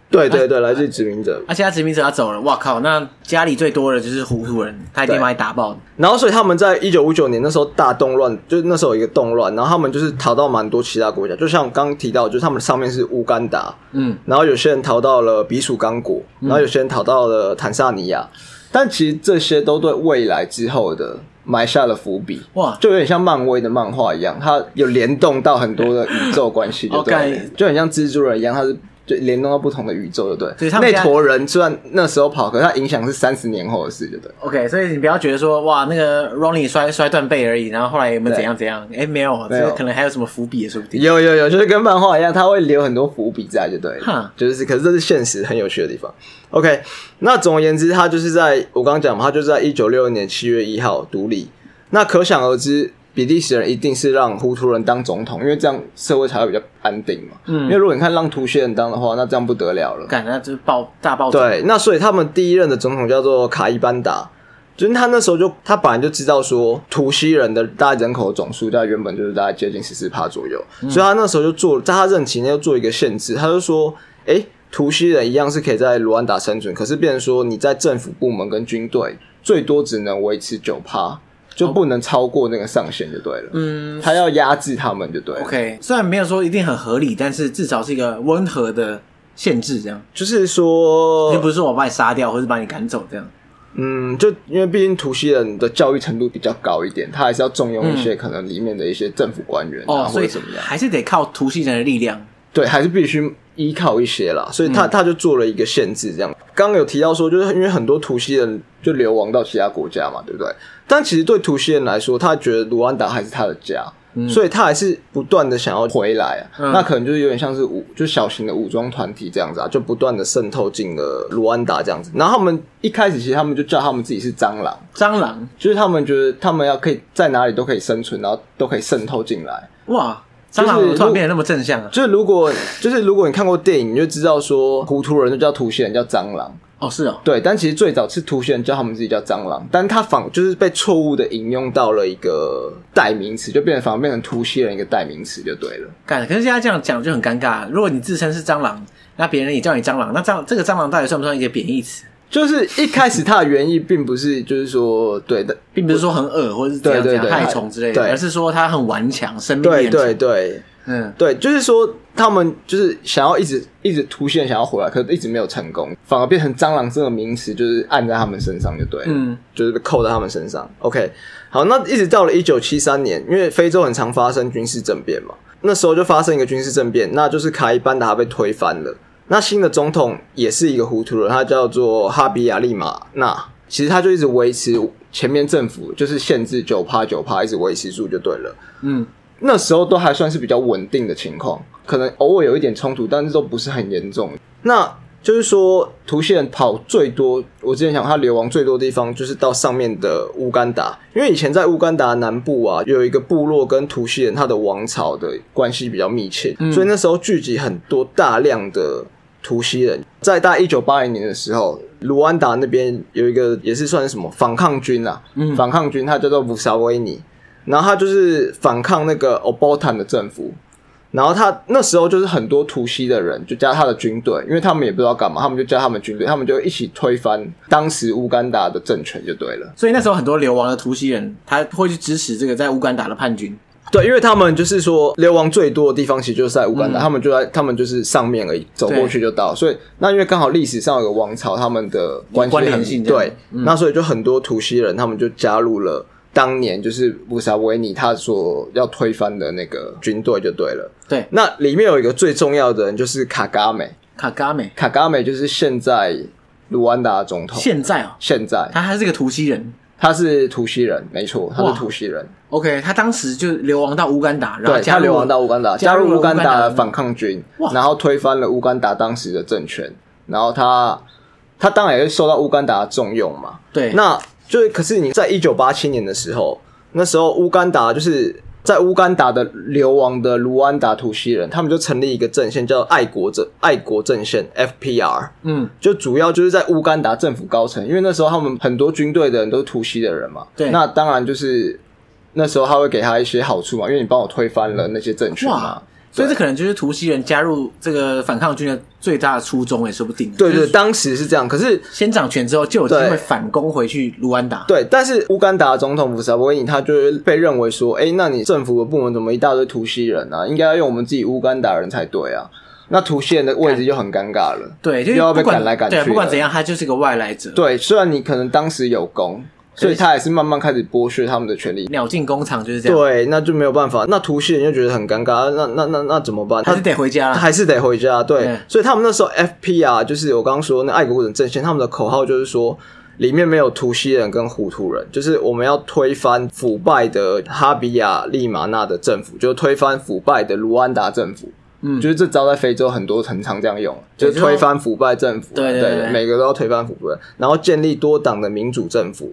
Speaker 2: 对对
Speaker 3: 哎
Speaker 2: 对，来自殖民者，
Speaker 3: 而且他殖民者他走了，哇靠，那家里最多的就是糊涂人，他一定
Speaker 2: 对
Speaker 3: 把你打爆。
Speaker 2: 然后所以他们在一九五九年那时候大动乱，就是那时候有一个动乱，然后他们就是逃到蛮多其他国家，就像刚刚提到，就是他们上面是乌干达，
Speaker 3: 嗯，
Speaker 2: 然后有些人逃到了比属刚果，然后有些人逃到了坦萨尼亚，但其实这些都对未来之后的埋下了伏笔。
Speaker 3: 哇，
Speaker 2: 就有点像漫威的漫画一样，它有联动到很多的宇宙关系，就对
Speaker 3: OK
Speaker 2: 了，就很像蜘蛛人一样，它是就联动到不同的宇宙，就对。
Speaker 3: 对他们
Speaker 2: 那
Speaker 3: 现在
Speaker 2: 坨人虽然那时候跑，可是它影响是三十年后的事，就对。
Speaker 3: OK，所以你不要觉得说哇，那个 Ronnie 摔摔断背而已，然后后来有没有怎样怎样？哎，没有，这
Speaker 2: 没
Speaker 3: 个
Speaker 2: 有
Speaker 3: 可能还有什么伏笔也说不定。
Speaker 2: 有有有，就是跟漫画一样，它会留很多伏笔在，就对
Speaker 3: 哈
Speaker 2: 了。就是，可是这是现实很有趣的地方。OK，那总而言之，它就是在我刚刚讲嘛，它就是在一九六二年七月一号独立。那可想而知，比利时人一定是让胡图人当总统，因为这样社会才会比较安定嘛。嗯，因为如果你看让图西人当的话，那这样不得了了。
Speaker 3: 干，那就是爆大爆炸。
Speaker 2: 对，那所以他们第一任的总统叫做卡伊班达，就是他那时候就他本来就知道说图西人的大概人口总数大概原本就是大概接近十四帕左右，所以他那时候就做在他任期内就做一个限制，他就说，诶、图西人一样是可以在卢安达生存，可是变成说你在政府部门跟军队最多只能维持九趴，就不能超过那个上限就对了。
Speaker 3: 嗯
Speaker 2: 他要压制他们就对了。
Speaker 3: ，OK，虽然没有说一定很合理，但是至少是一个温和的限制，这样
Speaker 2: 就是说，
Speaker 3: 就不是说我把你杀掉或者把你赶走这样。
Speaker 2: 嗯，就因为毕竟图西人的教育程度比较高一点，他还是要重用一些可能里面的一些政府官员啊，
Speaker 3: 哦，
Speaker 2: 或
Speaker 3: 所
Speaker 2: 者
Speaker 3: 以
Speaker 2: 怎么样，
Speaker 3: 还是得靠图西人的力量。
Speaker 2: 对，还是必须依靠一些啦。所以他、他就做了一个限制，这样。刚刚有提到说，就是因为很多图西人就流亡到其他国家嘛，对不对？但其实对图西人来说，他觉得卢安达还是他的家。所以他还是不断的想要回来、啊，
Speaker 3: 嗯
Speaker 2: 那可能就是有点像是武，就小型的武装团体这样子啊，就不断的渗透进了卢安达这样子。然后他们一开始其实他们就叫他们自己是蟑螂，
Speaker 3: 蟑螂，
Speaker 2: 就是他们觉得他们要可以在哪里都可以生存，然后都可以渗透进来。
Speaker 3: 哇，
Speaker 2: 就
Speaker 3: 蟑
Speaker 2: 是
Speaker 3: 螂怎么突然
Speaker 2: 如
Speaker 3: 变得那么正向啊？
Speaker 2: 就是如果就是如果你看过电影，你就知道说糊涂人就叫图西人叫蟑螂，
Speaker 3: 哦，是哦，
Speaker 2: 对。但其实最早是图西人叫他们自己叫蟑螂，但他仿就是被错误的引用到了一个代名词，就变成反而变成图西人一个代名词就对了。
Speaker 3: 干，可是现在这样讲就很尴尬。啊如果你自称是蟑螂，那别人也叫你蟑螂，那蟑这个蟑螂到底算不算一个贬义词？
Speaker 2: 就是一开始他的原意并不是就是说 对的，
Speaker 3: 并不是说很恶或者是怎样
Speaker 2: 对
Speaker 3: 怎
Speaker 2: 对
Speaker 3: 样
Speaker 2: 对
Speaker 3: 害虫之类的，
Speaker 2: 对
Speaker 3: 而是说它很顽强，生命
Speaker 2: 对
Speaker 3: 力很强。
Speaker 2: 对对
Speaker 3: 嗯，
Speaker 2: 对，就是说他们就是想要一直一直突现想要回来，可是一直没有成功，反而变成蟑螂这个名词，就是按在他们身上就对了，
Speaker 3: 嗯，
Speaker 2: 就是被扣在他们身上。OK，好，那一直到了一九七三年，因为非洲很常发生军事政变嘛，那时候就发生一个军事政变，那就是卡伊班达被推翻了。那新的总统也是一个糊涂人，他叫做哈比亚利马纳。其实他就一直维持前面政府就是限制九趴九趴，一直维持住就对了。那时候都还算是比较稳定的情况，可能偶尔有一点冲突，但是都不是很严重。那就是说，图西人跑最多，我之前讲他流亡最多的地方就是到上面的乌干达，因为以前在乌干达南部啊，有一个部落跟图西人他的王朝的关系比较密切，所以那时候聚集很多大量的图西人，在大概一九八零年的时候，卢安达那边有一个也是算是什么反抗军啊，反抗军，他叫做乌萨维尼，然后他就是反抗那个 Obotan 的政府，然后他那时候就是很多图西的人就加他的军队，因为他们也不知道干嘛，他们就加他们军队，他们就一起推翻当时乌干达的政权就对了。
Speaker 3: 所以那时候很多流亡的图西人，他会去支持这个在乌干达的叛军。
Speaker 2: 对，因为他们就是说流亡最多的地方其实就是在乌干
Speaker 3: 嗯
Speaker 2: 达，他们就在他们就是上面而已，走过去就到。所以那因为刚好历史上有个王朝，他们的关系
Speaker 3: 关
Speaker 2: 很
Speaker 3: 联性这样
Speaker 2: 对，
Speaker 3: 嗯
Speaker 2: 那所以就很多图西人他们就加入了当年就是布萨维尼他所要推翻的那个军队就对了。
Speaker 3: 对，
Speaker 2: 那里面有一个最重要的人就是卡嘎美，
Speaker 3: 卡嘎美
Speaker 2: 卡嘎美就是现在卢安达的总统，
Speaker 3: 现在哦，
Speaker 2: 现在
Speaker 3: 他还是个图西人。
Speaker 2: 他是图西人，没错，他
Speaker 3: 哇
Speaker 2: 是图西人。
Speaker 3: OK，他当时就流亡到乌干达，然后
Speaker 2: 对，
Speaker 3: 加
Speaker 2: 他
Speaker 3: 入
Speaker 2: 流亡到乌干达，
Speaker 3: 加
Speaker 2: 加
Speaker 3: 入
Speaker 2: 入
Speaker 3: 了
Speaker 2: 乌干达
Speaker 3: 的
Speaker 2: 的反抗军
Speaker 3: 哇，
Speaker 2: 然后推翻了乌干达当时的政权，然后他他当然也是受到乌干达的重用嘛。
Speaker 3: 对，
Speaker 2: 那就是可是你在一九八七年的时候，那时候乌干达就是在乌干达的流亡的卢安达图西人，他们就成立一个阵线叫爱国阵爱国阵线 FPR，
Speaker 3: 嗯，
Speaker 2: 就主要就是在乌干达政府高层，因为那时候他们很多军队的人都是图西的人嘛，
Speaker 3: 对
Speaker 2: 那当然就是那时候他会给他一些好处嘛，因为你帮我推翻了那些政权嘛
Speaker 3: 哇。所以这可能就是图西人加入这个反抗军的最大的初衷，也说不定。
Speaker 2: 对
Speaker 3: 就
Speaker 2: 对，
Speaker 3: 是
Speaker 2: 当时是这样，可是
Speaker 3: 先掌权之后就有机
Speaker 2: 对
Speaker 3: 会反攻回去卢安达。
Speaker 2: 对，但是乌干达总统福萨博伊尼他就是被认为说，哎，那你政府的部门怎么一大堆图西人啊？应该要用我们自己乌干达人才对啊。那图西人的位置就很尴尬了。
Speaker 3: 对，就
Speaker 2: 又
Speaker 3: 是
Speaker 2: 要
Speaker 3: 不
Speaker 2: 被
Speaker 3: 管
Speaker 2: 赶来赶去
Speaker 3: 对，
Speaker 2: 的。
Speaker 3: 不管怎样，他就是个外来者。，
Speaker 2: 对，虽然你可能当时有功，所以他也是慢慢开始剥削他们的权利。
Speaker 3: 鸟进工厂就是这样，
Speaker 2: 对，那就没有办法。那图西人就觉得很尴尬，那那那那怎么办？
Speaker 3: 还
Speaker 2: 他
Speaker 3: 是得回家啦。
Speaker 2: 还是得回家。对，
Speaker 3: 对
Speaker 2: 所以他们那时候 FP 啊，就是我刚刚说那爱国人阵线，他们的口号就是说，里面没有图西人跟胡图人，就是我们要推翻腐败的哈比亚利马纳的政府，就是推翻腐败的卢安达政府。
Speaker 3: 嗯
Speaker 2: 就是这招在非洲很多很常这样用，就
Speaker 3: 对
Speaker 2: 是推翻腐败政府，
Speaker 3: 对对对对
Speaker 2: 每个都要推翻腐败，然后建立多党的民主政府。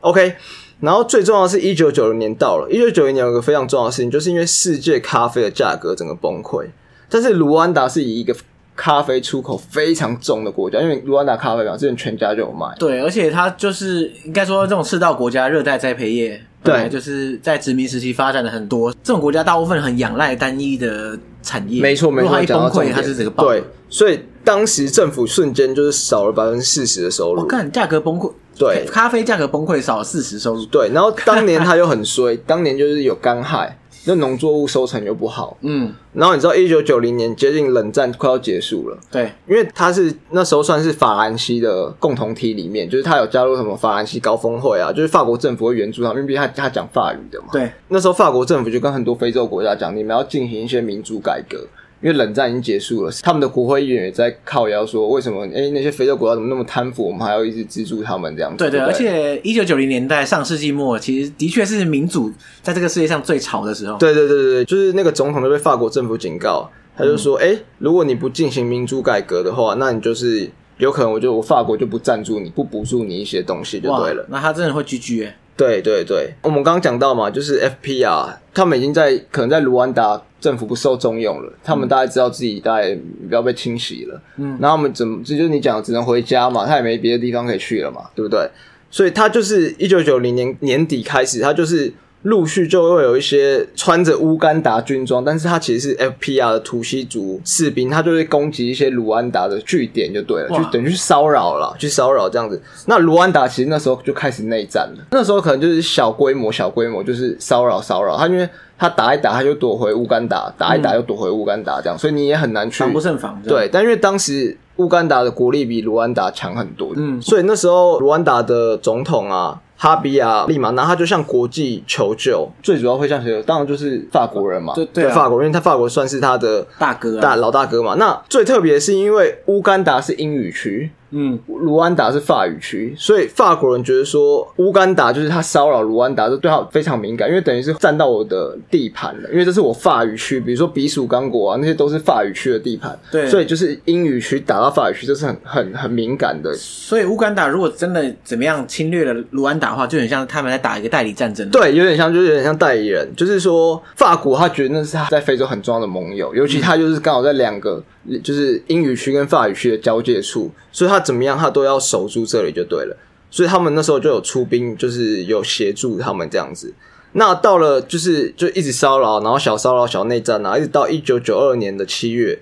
Speaker 2: OK，然后最重要的是，一九九零年到了，一九九零年有个非常重要的事情，就是因为世界咖啡的价格整个崩溃，但是卢安达是以一个咖啡出口非常重的国家，因为卢安达咖啡嘛，之前全家就有卖，
Speaker 3: 对，而且他就是应该说，这种赤道国家热带栽培业，
Speaker 2: 对
Speaker 3: 本来就是在殖民时期发展的很多。这种国家大部分很仰赖单一的产业，
Speaker 2: 没错没
Speaker 3: 如果
Speaker 2: 错，
Speaker 3: 它一
Speaker 2: 讲
Speaker 3: 崩
Speaker 2: 到重
Speaker 3: 溃，
Speaker 2: 点
Speaker 3: 它是整个爆。
Speaker 2: 对，，所以当时政府瞬间就是少了百分之四十的收
Speaker 3: 我
Speaker 2: 入，
Speaker 3: 看哦价格崩溃，
Speaker 2: 对
Speaker 3: 咖啡价格崩溃少四十收入，
Speaker 2: 对，然后当年他又很衰， 当年就是有干旱，那农作物收成又不好，
Speaker 3: 嗯，
Speaker 2: 然后你知道一九九零年接近冷战快要结束了。
Speaker 3: 对，
Speaker 2: 因为他是那时候算是法兰西的共同体里面，就是他有加入什么法兰西高峰会啊，就是法国政府会援助他们，因为毕竟他他讲法语的嘛。
Speaker 3: 对，
Speaker 2: 那时候法国政府就跟很多非洲国家讲，你们要进行一些民主改革，因为冷战已经结束了，他们的国会议员也在靠腰说，为什么诶那些非洲国家怎么那么贪腐，我们还要一直资助他们这样子？
Speaker 3: 对对，
Speaker 2: 对不
Speaker 3: 而
Speaker 2: 对，
Speaker 3: 且一九九零年代上世纪末，其实的确是民主在这个世界上最潮的时候。
Speaker 2: 对对对对对，就是那个总统就被法国政府警告，他就说：“哎、如果你不进行民主改革的话，那你就是有可能我就我法国就不赞助你，不补助你一些东西就
Speaker 3: 哇
Speaker 2: 对了。
Speaker 3: 哦那他真的会居居哎，”
Speaker 2: 对对对，我们刚刚讲到嘛，就是 FPR 他们已经在可能在卢安达政府不受重用了，他们大概知道自己大概不要被清洗了，
Speaker 3: 嗯
Speaker 2: 然后他们怎么这就是你讲的只能回家嘛，他也没别的地方可以去了嘛，对不对？所以他就是一九九零年年底开始，他就是陆续就会有一些穿着乌干达军装，但是他其实是 FPR 的图西族士兵，他就会攻击一些卢安达的据点就对了，
Speaker 3: 哇
Speaker 2: 就等于去骚扰了，去骚扰这样子。那卢安达其实那时候就开始内战了，那时候可能就是小规模、小规模，就是骚扰骚扰他，因为他打一打他就躲回乌干达，打一打又躲回乌干达这样，所以你也很难去
Speaker 3: 嗯防不胜防。这样，
Speaker 2: 对，但因为当时乌干达的国力比卢安达强很多，
Speaker 3: 嗯
Speaker 2: 所以那时候卢安达的总统啊。哈比亚利马纳，他就向国际求救，最主要会向谁求？当然就是法国人嘛，
Speaker 3: 对对啊
Speaker 2: 法国，因为他法国算是他的
Speaker 3: 大哥
Speaker 2: 大
Speaker 3: 啊，
Speaker 2: 老大哥嘛。那最特别的是，因为乌干达是英语区，
Speaker 3: 嗯，
Speaker 2: 卢安达是法语区，所以法国人觉得说乌干达就是他骚扰卢安达，这对他非常敏感，因为等于是占到我的地盘了，因为这是我法语区，比如说比属刚果啊，那些都是法语区的地盘，
Speaker 3: 对
Speaker 2: 所以就是英语区打到法语区，这是很很很敏感的。
Speaker 3: 所以乌干达如果真的怎么样侵略了卢安达的话，就很像他们在打一个代理战争。啊
Speaker 2: 对，有点像，就是有点像代理人，就是说法国他觉得那是他在非洲很重要的盟友，尤其他就是刚好在两个就是英语区跟法语区的交界处，所以他怎么样他都要守住这里就对了。所以他们那时候就有出兵，就是有协助他们这样子。那到了就是就一直骚扰，然后小骚扰、小内战啊，一直到一九九二年的七月，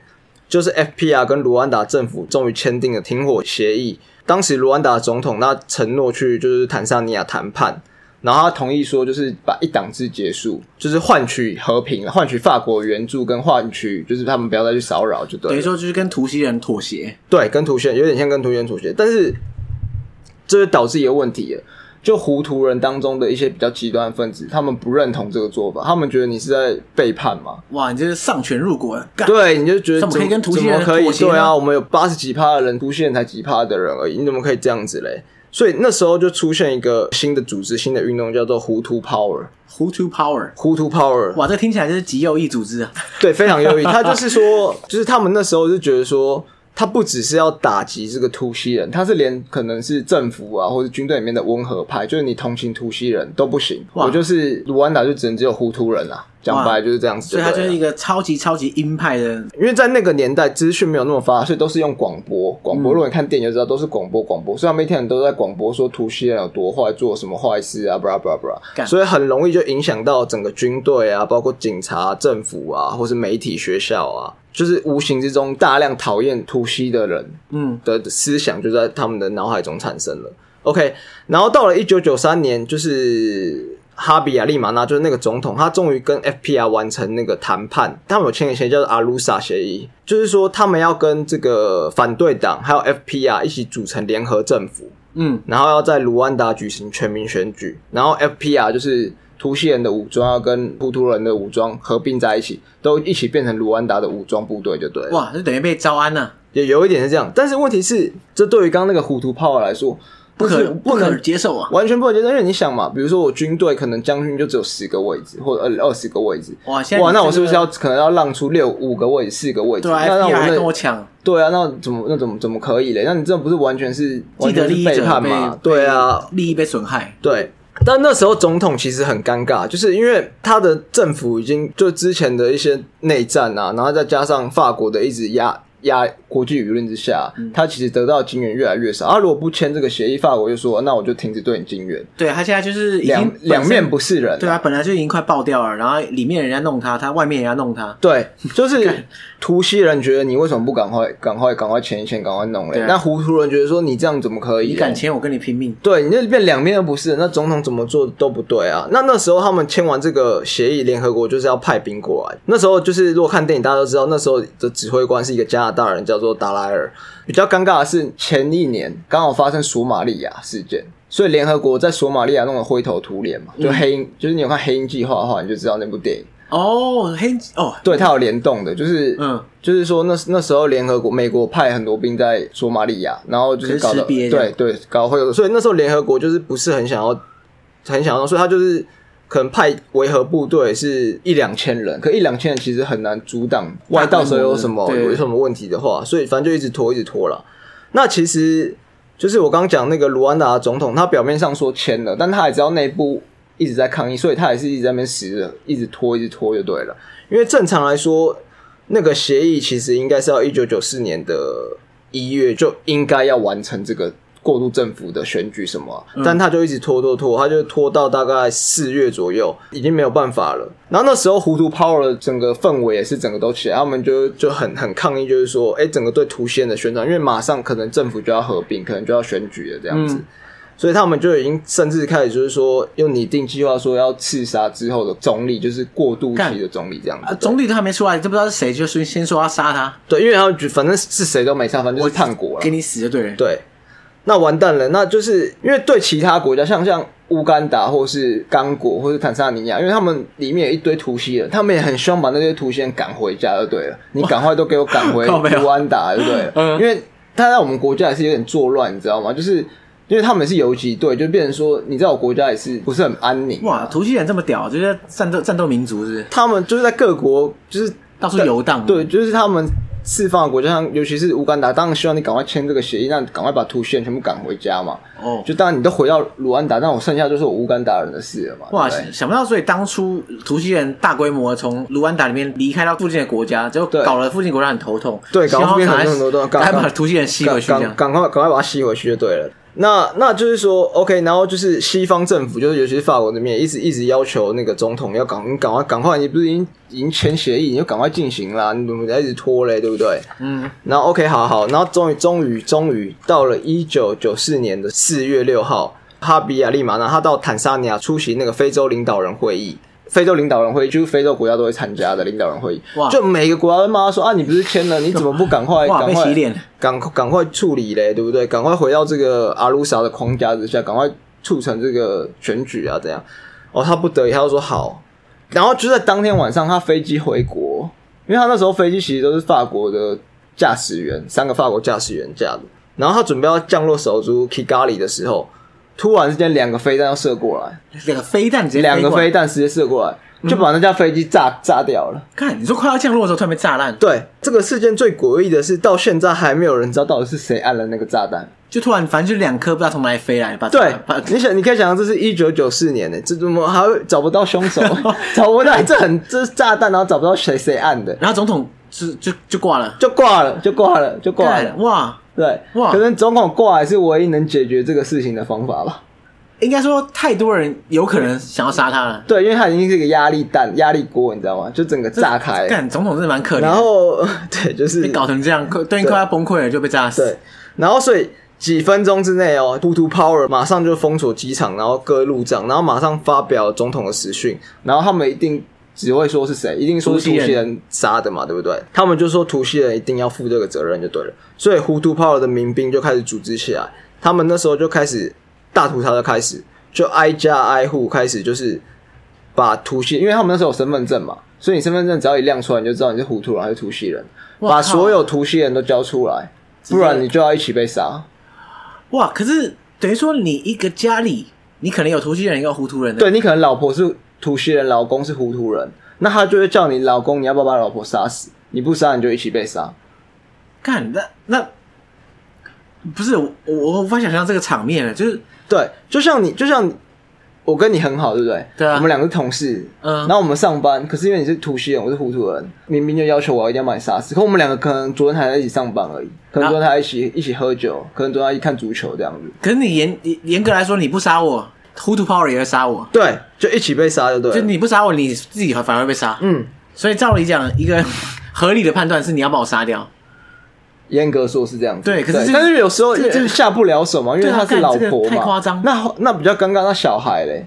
Speaker 2: 就是 FPR 跟卢安达政府终于签订了停火协议。当时卢安达总统他承诺去就是坦桑尼亚谈判，然后他同意说就是把一党制结束，就是换取和平，换取法国援助跟换取就是他们不要再去骚扰，就对
Speaker 3: 等于
Speaker 2: 了。
Speaker 3: 说就是跟图西人妥协。
Speaker 2: 对，跟图炫有点像跟图炫妥协，但是这就导致一个问题了。就胡图人当中的一些比较极端的分子，他们不认同这个做法，他们觉得你是在背叛嘛，
Speaker 3: 哇，你这是上权入国， 干
Speaker 2: 对，你就觉得
Speaker 3: 怎么可以跟图
Speaker 2: 怎
Speaker 3: 西
Speaker 2: 么
Speaker 3: 人
Speaker 2: 可以？
Speaker 3: 妥协呢
Speaker 2: 对啊，我们有八十几趴的人，图西人才几趴的人而已，你怎么可以这样子嘞？所以那时候就出现一个新的组织、新的运动，叫做胡图 Power。
Speaker 3: ，Hutu Power。
Speaker 2: 胡图 Power，
Speaker 3: 哇，这 听起来就是极右翼组织啊！
Speaker 2: 对，非常优异。他就是说，就是他们那时候就觉得说，他不只是要打击这个突袭人，他是连可能是政府啊或者军队里面的温和派，就是你同情突袭人都不行。
Speaker 3: 哇
Speaker 2: 我就是卢安达就只能只有糊涂人啦，讲白就是这样子
Speaker 3: 所
Speaker 2: 对
Speaker 3: 以
Speaker 2: 了。
Speaker 3: 他就是一个超级超级鹰派的，
Speaker 2: 因为在那个年代，资讯没有那么发达，所以都是用广播。广播，如果你看电影就知道，都是广播广播。所以他们一天都在广播说突袭人有多坏，做什么坏事啊，布拉布拉布拉。
Speaker 3: 干
Speaker 2: 所以很容易就影响到整个军队啊，包括警察、政府啊，或是媒体、学校啊，就是无形之中大量讨厌突袭的人
Speaker 3: 嗯，
Speaker 2: 的思想就在他们的脑海中产生了。OK，然后到了一九九三年，就是哈比亚利马纳，就是那个总统，他终于跟 FPR 完成那个谈判，他们有签一个协议叫做阿鲁萨协议，就是说他们要跟这个反对党还有 FPR 一起组成联合政府，
Speaker 3: 嗯，
Speaker 2: 然后要在卢安达举行全民选举，然后 FPR 就是。突袭人的武装要跟普图人的武装合并在一起，都一起变成卢安达的武装部队就对了。
Speaker 3: 哇，就等于被招安啊了、
Speaker 2: 也有一点是这样，但是问题是，这对于刚刚那个糊涂炮来说，
Speaker 3: 不
Speaker 2: 就是
Speaker 3: 可
Speaker 2: 不
Speaker 3: 可
Speaker 2: 能
Speaker 3: 接受啊！
Speaker 2: 完全不能接受，因为你想嘛，比如说我军队可能将军就只有十个位置或者二二十个位置，
Speaker 3: 哇现在
Speaker 2: 哇，
Speaker 3: 你
Speaker 2: 那
Speaker 3: 这
Speaker 2: 我是不
Speaker 3: 个
Speaker 2: 是要可能要让出六五个位置、四个位置？
Speaker 3: 对啊
Speaker 2: 那那
Speaker 3: ，FBI 还跟
Speaker 2: 那
Speaker 3: 我抢，
Speaker 2: 对啊，那怎么那怎么怎么可以嘞？那你这不是完全是
Speaker 3: 既
Speaker 2: 完全
Speaker 3: 得
Speaker 2: 是
Speaker 3: 利益
Speaker 2: 背
Speaker 3: 者
Speaker 2: 叛
Speaker 3: 被
Speaker 2: 吗？对啊，，
Speaker 3: 被利益被损害，
Speaker 2: 对。但那时候总统其实很尴尬，就是因为他的政府已经就之前的一些内战啊，然后再加上法国的一直压压国际舆论之下，
Speaker 3: 嗯
Speaker 2: 他其实得到的金援越来越少。啊他、如果不签这个协议，法国就说那我就停止对你金援，
Speaker 3: 对啊他现在就是已经
Speaker 2: 两
Speaker 3: 本身
Speaker 2: 两面不是人、
Speaker 3: 对啊，本来就已经快爆掉了，然后里面人家弄他，他外面人家弄他，
Speaker 2: 对，就是图西人觉得你为什么不赶快赶快赶快签一签，赶快弄嘞？
Speaker 3: 对啊
Speaker 2: 那糊涂人觉得说你这样怎么可以啊嘞？
Speaker 3: 你敢签我跟你拼命，
Speaker 2: 对，你就变两边都不是，那总统怎么做都不对啊。那那时候他们签完这个协议，联合国就是要派兵过来。那时候就是如果看电影，大家都知道，那时候的指挥官是一个加拿大人，叫做达莱尔。比较尴尬的是，前一年刚好发生索马利亚事件。所以联合国在索马利亚弄得灰头土脸嘛，就黑鹰，就是你有看黑鹰计划的话，你就知道那部电影。
Speaker 3: 哦，黑哦，
Speaker 2: 对，它有联动的，就是
Speaker 3: 嗯，
Speaker 2: 就是说那那时候联合国美国派很多兵在索马利亚，然后就是
Speaker 3: 可是
Speaker 2: 搞
Speaker 3: 吃
Speaker 2: 得
Speaker 3: 瘪这
Speaker 2: 对
Speaker 3: 样
Speaker 2: 对搞会有，所以那时候联合国就是不是很想要很想要，所以他就是可能派维和部队是一两千人，可一两千人其实很难阻挡外到时候有什么
Speaker 3: 对
Speaker 2: 有什么问题的话，所以反正就一直拖一直拖了。那其实就是我刚讲那个卢安达的总统，他表面上说签了，但他也知道内部一直在抗议，所以他也是一直在那边死了，一直拖，一直拖就对了。因为正常来说，那个协议其实应该是要一九九四年的一月就应该要完成这个过渡政府的选举什么啊、但他就一直拖拖拖，他就拖到大概四月左右，已经没有办法了。然后那时候糊涂抛了，整个氛围也是整个都起来，他们就就很很抗议，就是说，哎，整个对图县的宣传，因为马上可能政府就要合并，可能就要选举了这样子。
Speaker 3: 嗯
Speaker 2: 所以他们就已经甚至开始就是说，用拟定计划说要刺杀之后的总理，就是过渡
Speaker 3: 干
Speaker 2: 期的总理这样子。
Speaker 3: 啊，总理都还没出来，都不知道是谁，就先先说要杀他，
Speaker 2: 对，因为他们觉反正是谁都没上，反正就是叛国了啊
Speaker 3: 给。你死就对了，
Speaker 2: 对，那完蛋了，那就是因为对其他国家，像像乌干达或是刚果或是坦桑尼亚，因为他们里面有一堆图西人，他们也很希望把那些图西人赶回家就对了，你赶快都给我赶回
Speaker 3: 靠北啊
Speaker 2: 乌安达就对了，
Speaker 3: 嗯
Speaker 2: 因为他在我们国家也是有点作乱，你知道吗？就是。因为他们是游击队，就变成说你在我国家也是不是很安宁。
Speaker 3: 哇，图西人这么屌，就是战斗战斗民族是不是？
Speaker 2: 他们就是在各国就是
Speaker 3: 到处游荡
Speaker 2: 对，就是他们释放的国家，像尤其是乌干达，当然希望你赶快签这个协议，让你赶快把图炫全部赶回家嘛。
Speaker 3: 哦，
Speaker 2: 就当然你都回到卢安达，那我剩下就是我乌干达人的事了嘛。
Speaker 3: 哇，
Speaker 2: 对不对
Speaker 3: 想想不到，所以当初图西人大规模从卢安达里面离开到附近的国家，就
Speaker 2: 对
Speaker 3: 搞了附近国家很头痛，
Speaker 2: 对搞
Speaker 3: 希
Speaker 2: 附
Speaker 3: 望
Speaker 2: 近
Speaker 3: 赶快
Speaker 2: 很头痛赶
Speaker 3: 赶
Speaker 2: 快
Speaker 3: 快把图西人吸回去，这
Speaker 2: 赶
Speaker 3: 样
Speaker 2: 赶赶快赶快把它吸回去就对了。那那就是说，OK，然后就是西方政府，就是尤其是法国那边，一直一直要求那个总统要赶赶快赶快，你不是已经已经签协议，你就赶快进行啦，你怎么一直拖嘞，对不对？
Speaker 3: 嗯，
Speaker 2: 然后 OK，好好，然后终于终于终于到了一九九四年的四月六号，哈比亚利马纳他到坦桑尼亚出席那个非洲领导人会议。非洲领导人会议就是非洲国家都会参加的领导人会议
Speaker 3: 哇，
Speaker 2: 就每个国家都骂他说啊，你不是签了，你怎么不赶快
Speaker 3: 哇，
Speaker 2: 赶
Speaker 3: 被
Speaker 2: 快
Speaker 3: 洗脸，
Speaker 2: 赶赶快处理嘞，对不对？赶快回到这个阿鲁萨的框架之下，赶快促成这个选举啊，这样。哦，他不得已，他就说好。然后就在当天晚上，他飞机回国，因为他那时候飞机其实都是法国的驾驶员，三个法国驾驶员驾的。然后他准备要降落首都 Kigali 的时候，突然之间两个飞弹要射过来，
Speaker 3: 两个飞弹直接
Speaker 2: 两个
Speaker 3: 过来
Speaker 2: 飞，弹直接射过来，就把那架飞机炸炸掉了。
Speaker 3: 看，你说快要降落的时候突然被炸烂，
Speaker 2: 对，这个事件最诡异的是，到现在还没有人知道到底是谁按了那个炸弹。
Speaker 3: 就突然反正就两颗不知道从哪里飞来，把
Speaker 2: 对
Speaker 3: 把，
Speaker 2: 你想，你可以想象，这是一九九四年呢，这怎么还会找不到凶手？找不到，这很这是炸弹，然后找不到谁谁按的，
Speaker 3: 然后总统就就就挂了，
Speaker 2: 就挂了，就挂了，就挂了
Speaker 3: 干。哇！
Speaker 2: 对，
Speaker 3: 哇
Speaker 2: 可能总统挂还是唯一能解决这个事情的方法吧。
Speaker 3: 应该说太多人有可能想要杀他了，
Speaker 2: 对，因为它已经是一个压力弹、压力锅，你知道吗？就整个炸开，
Speaker 3: 干总统真的蛮可怜，
Speaker 2: 然后 对，就是
Speaker 3: 被搞成这样，快对应快要崩溃了就被炸死
Speaker 2: 对。，然后所以几分钟之内哦，突突 Power 马上就封锁机场，然后各路障，然后马上发表总统的实讯，然后他们一定只会说是谁，一定说是
Speaker 3: 突
Speaker 2: 突
Speaker 3: 袭
Speaker 2: 袭
Speaker 3: 人
Speaker 2: 人杀的嘛，对不对？他们就说突袭人一定要负这个责任就对了，所以糊涂 Power 的民兵就开始组织起来，他们那时候就开始大屠杀就开始，就挨家挨户开始就是把突袭，因为他们那时候有身份证嘛。所以你身份证只要一亮出来，你就知道你是糊涂人还是突袭人，
Speaker 3: 哇靠
Speaker 2: 把所有突袭人都交出来，不然你就要一起被杀。
Speaker 3: 哇！可是等于说你一个家里，你可能有突袭人，也有糊涂人的，
Speaker 2: 对你可能老婆是突袭人，老公是糊涂人，那他就会叫你老公，你要不要把老婆杀死？你不杀，你就一起被杀。
Speaker 3: 干那那不是我我我无法想象这个场面了，就是
Speaker 2: 对，就像你，就像你我跟你很好，对不对？
Speaker 3: 对啊
Speaker 2: 我们两个是同事，
Speaker 3: 嗯
Speaker 2: 然后我们上班，可是因为你是突袭人，我是糊涂人，明明就要求我一定要把你杀死，可我们两个可能昨天还在一起上班而已，可能昨天还一起一起喝酒，可能昨天还一起看足球这样子。
Speaker 3: 可是你严严严格来说，你不杀我，糊涂 power 也会杀我。
Speaker 2: 对，就一起被杀，就对了。
Speaker 3: 就你不杀我，你自己反而会被杀。
Speaker 2: 嗯，
Speaker 3: 所以照理讲，一个合理的判断是你要把我杀掉。
Speaker 2: 严格说是这样子，
Speaker 3: 对可是这
Speaker 2: 但是有时候
Speaker 3: 这个这个
Speaker 2: 下不了手嘛，因为
Speaker 3: 对啊
Speaker 2: 她是老
Speaker 3: 干这
Speaker 2: 婆
Speaker 3: 个
Speaker 2: 嘛，
Speaker 3: 太夸张
Speaker 2: 那那比较尴尬，那小孩嘞，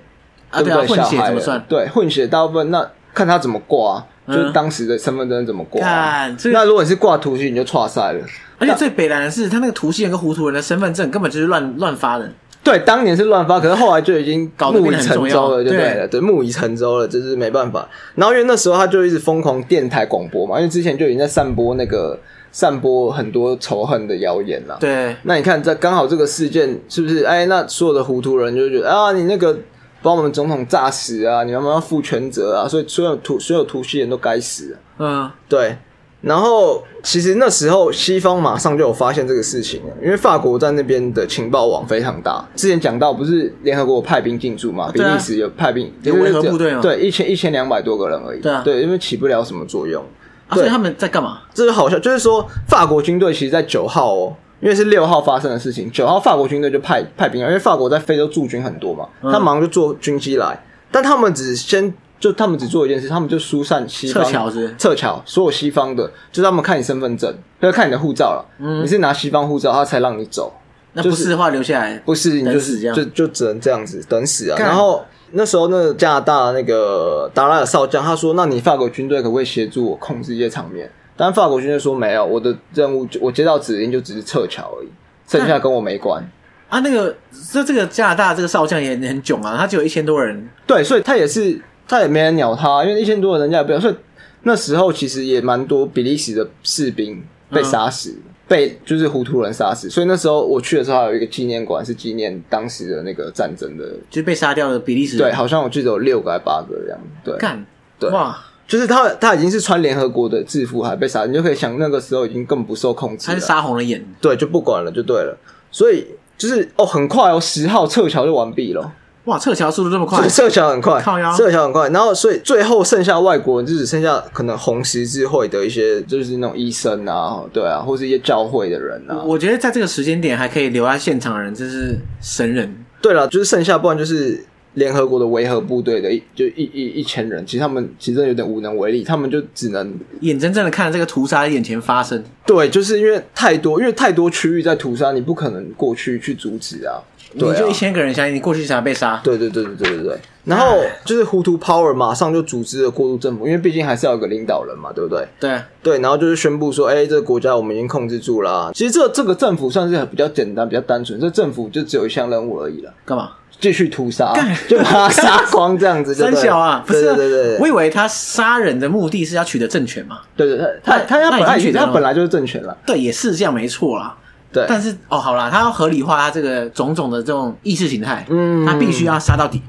Speaker 3: 啊，对
Speaker 2: 对
Speaker 3: 啊，
Speaker 2: 不对？
Speaker 3: 混
Speaker 2: 小
Speaker 3: 血
Speaker 2: 孩
Speaker 3: 怎么
Speaker 2: 嘞
Speaker 3: 算？
Speaker 2: 对，混血大部分那看他怎么挂啊，
Speaker 3: 嗯
Speaker 2: 就是当时的身份证怎么挂啊。
Speaker 3: 干这个
Speaker 2: 那如果你是挂图形，你就岔赛了。
Speaker 3: 而且最北蓝的是，他那个图西人跟糊涂人的身份证根本就是乱乱发的。
Speaker 2: 对，当年是乱发，可是后来就已经
Speaker 3: 搞得
Speaker 2: 木
Speaker 3: 变
Speaker 2: 已
Speaker 3: 得很重
Speaker 2: 成
Speaker 3: 要
Speaker 2: 舟了，就对了，对，木已成舟了，就是没办法。然后因为那时候他就一直疯狂电台广播嘛，因为之前就已经在散播那个散播很多仇恨的谣言了。
Speaker 3: 对，
Speaker 2: 那你看，这刚好这个事件是不是？哎，那所有的糊涂人就觉得啊，你那个把我们总统炸死啊，你要不要负全责啊？所以所有图所有图西人都该死、啊。
Speaker 3: 嗯，
Speaker 2: 对，然后其实那时候西方马上就有发现这个事情了，因为法国在那边的情报网非常大。之前讲到，不是联合国派兵进驻嘛，比
Speaker 3: 对啊
Speaker 2: 利时有派兵，
Speaker 3: 有维和部队嘛
Speaker 2: 对，一千一千两百多个人而已。
Speaker 3: 啊对啊
Speaker 2: 对，因为起不了什么作用。
Speaker 3: 啊，所以他们在干嘛？
Speaker 2: 这是好笑，就是说法国军队其实，在九号哦，因为是六号发生的事情，九号法国军队就派派兵来，啊因为法国在非洲驻军很多嘛，
Speaker 3: 嗯
Speaker 2: 他马上就做军机来，但他们只先就他们只做一件事，他们就疏散西方
Speaker 3: 撤侨是不是
Speaker 2: 撤侨，所有西方的，就是他们看你身份证，就是看你的护照了，
Speaker 3: 嗯
Speaker 2: 你是拿西方护照，他才让你走，
Speaker 3: 那不
Speaker 2: 就是
Speaker 3: 是的话留下来，
Speaker 2: 不是你就
Speaker 3: 等死
Speaker 2: 是
Speaker 3: 这样
Speaker 2: 就就只能这样子等死啊。
Speaker 3: 干
Speaker 2: 然后那时候那个加拿大那个达拉尔少将他说：“那你法国军队可不可以协助我控制一些场面？”但法国军队说：“没有，我的任务我接到指令就只是撤侨而已，剩下跟我没 关。
Speaker 3: 啊？那个这这个加拿大这个少将也很囧啊，他只有一千多人，”
Speaker 2: 对，所以他也是他也没人鸟他，因为一千多人人家也不要。所以那时候其实也蛮多比利时的士兵被杀死。
Speaker 3: 嗯
Speaker 2: 被就是糊涂人杀死，所以那时候我去的时候还有一个纪念馆，是纪念当时的那个战争的。
Speaker 3: 就是被杀掉的比利时人
Speaker 2: 对，好像我记得有六个还八个这样子。对，
Speaker 3: 干
Speaker 2: 对
Speaker 3: 哇，
Speaker 2: 就是他他已经是穿联合国的制服还被杀，你就可以想那个时候已经更不受控制
Speaker 3: 他
Speaker 2: 了
Speaker 3: 是。杀红了眼，
Speaker 2: 对，就不管了，就对了。所以就是哦，很快哦，十号撤侨就完毕了，
Speaker 3: 哇，撤侨速度这么快
Speaker 2: 所以，撤侨很快
Speaker 3: 靠腰，
Speaker 2: 撤侨很快。然后所以最后剩下外国人就只剩下可能红十字会的一些，就是那种医生啊，对啊，或是一些教会的人啊。
Speaker 3: 我觉得在这个时间点还可以留在现场的人，真是神人。
Speaker 2: 对了，就是剩下不然就是联合国的维和部队的一就一一一千人，其实他们其实真的有点无能为力，他们就只能
Speaker 3: 眼睁睁的看着这个屠杀在眼前发生，
Speaker 2: 对，就是因为太多，因为太多区域在屠杀，你不可能过去去阻止啊。对
Speaker 3: 你
Speaker 2: 啊
Speaker 3: 就一千个人相信你过去想要被杀，
Speaker 2: 对对对对对对对。然后就是糊涂 Power 马上就组织了过渡政府，因为毕竟还是要有个领导人嘛，对不对？啊
Speaker 3: 对，
Speaker 2: 对，然后就是宣布说，哎，这个国家我们已经控制住了啊、其实这这个政府算是比较简单、比较单纯，这政府就只有一项任务而已了，
Speaker 3: 干嘛？
Speaker 2: 继续屠杀
Speaker 3: 干，
Speaker 2: 就把它杀光这样子就对
Speaker 3: 三
Speaker 2: 了。
Speaker 3: 小啊，不是啊，
Speaker 2: 对对对对
Speaker 3: 我
Speaker 2: 对
Speaker 3: 以为他杀人的目的是要取得政权嘛，
Speaker 2: 对对对，他他他
Speaker 3: 那
Speaker 2: 本
Speaker 3: 已经
Speaker 2: 来
Speaker 3: 取得
Speaker 2: 他
Speaker 3: 了
Speaker 2: 本来就是政权了，
Speaker 3: 对，也是这样没错啦。
Speaker 2: 对。
Speaker 3: 但是哦，好啦，他要合理化他这个种种的这种意识形态，
Speaker 2: 嗯
Speaker 3: 他必须要杀到底，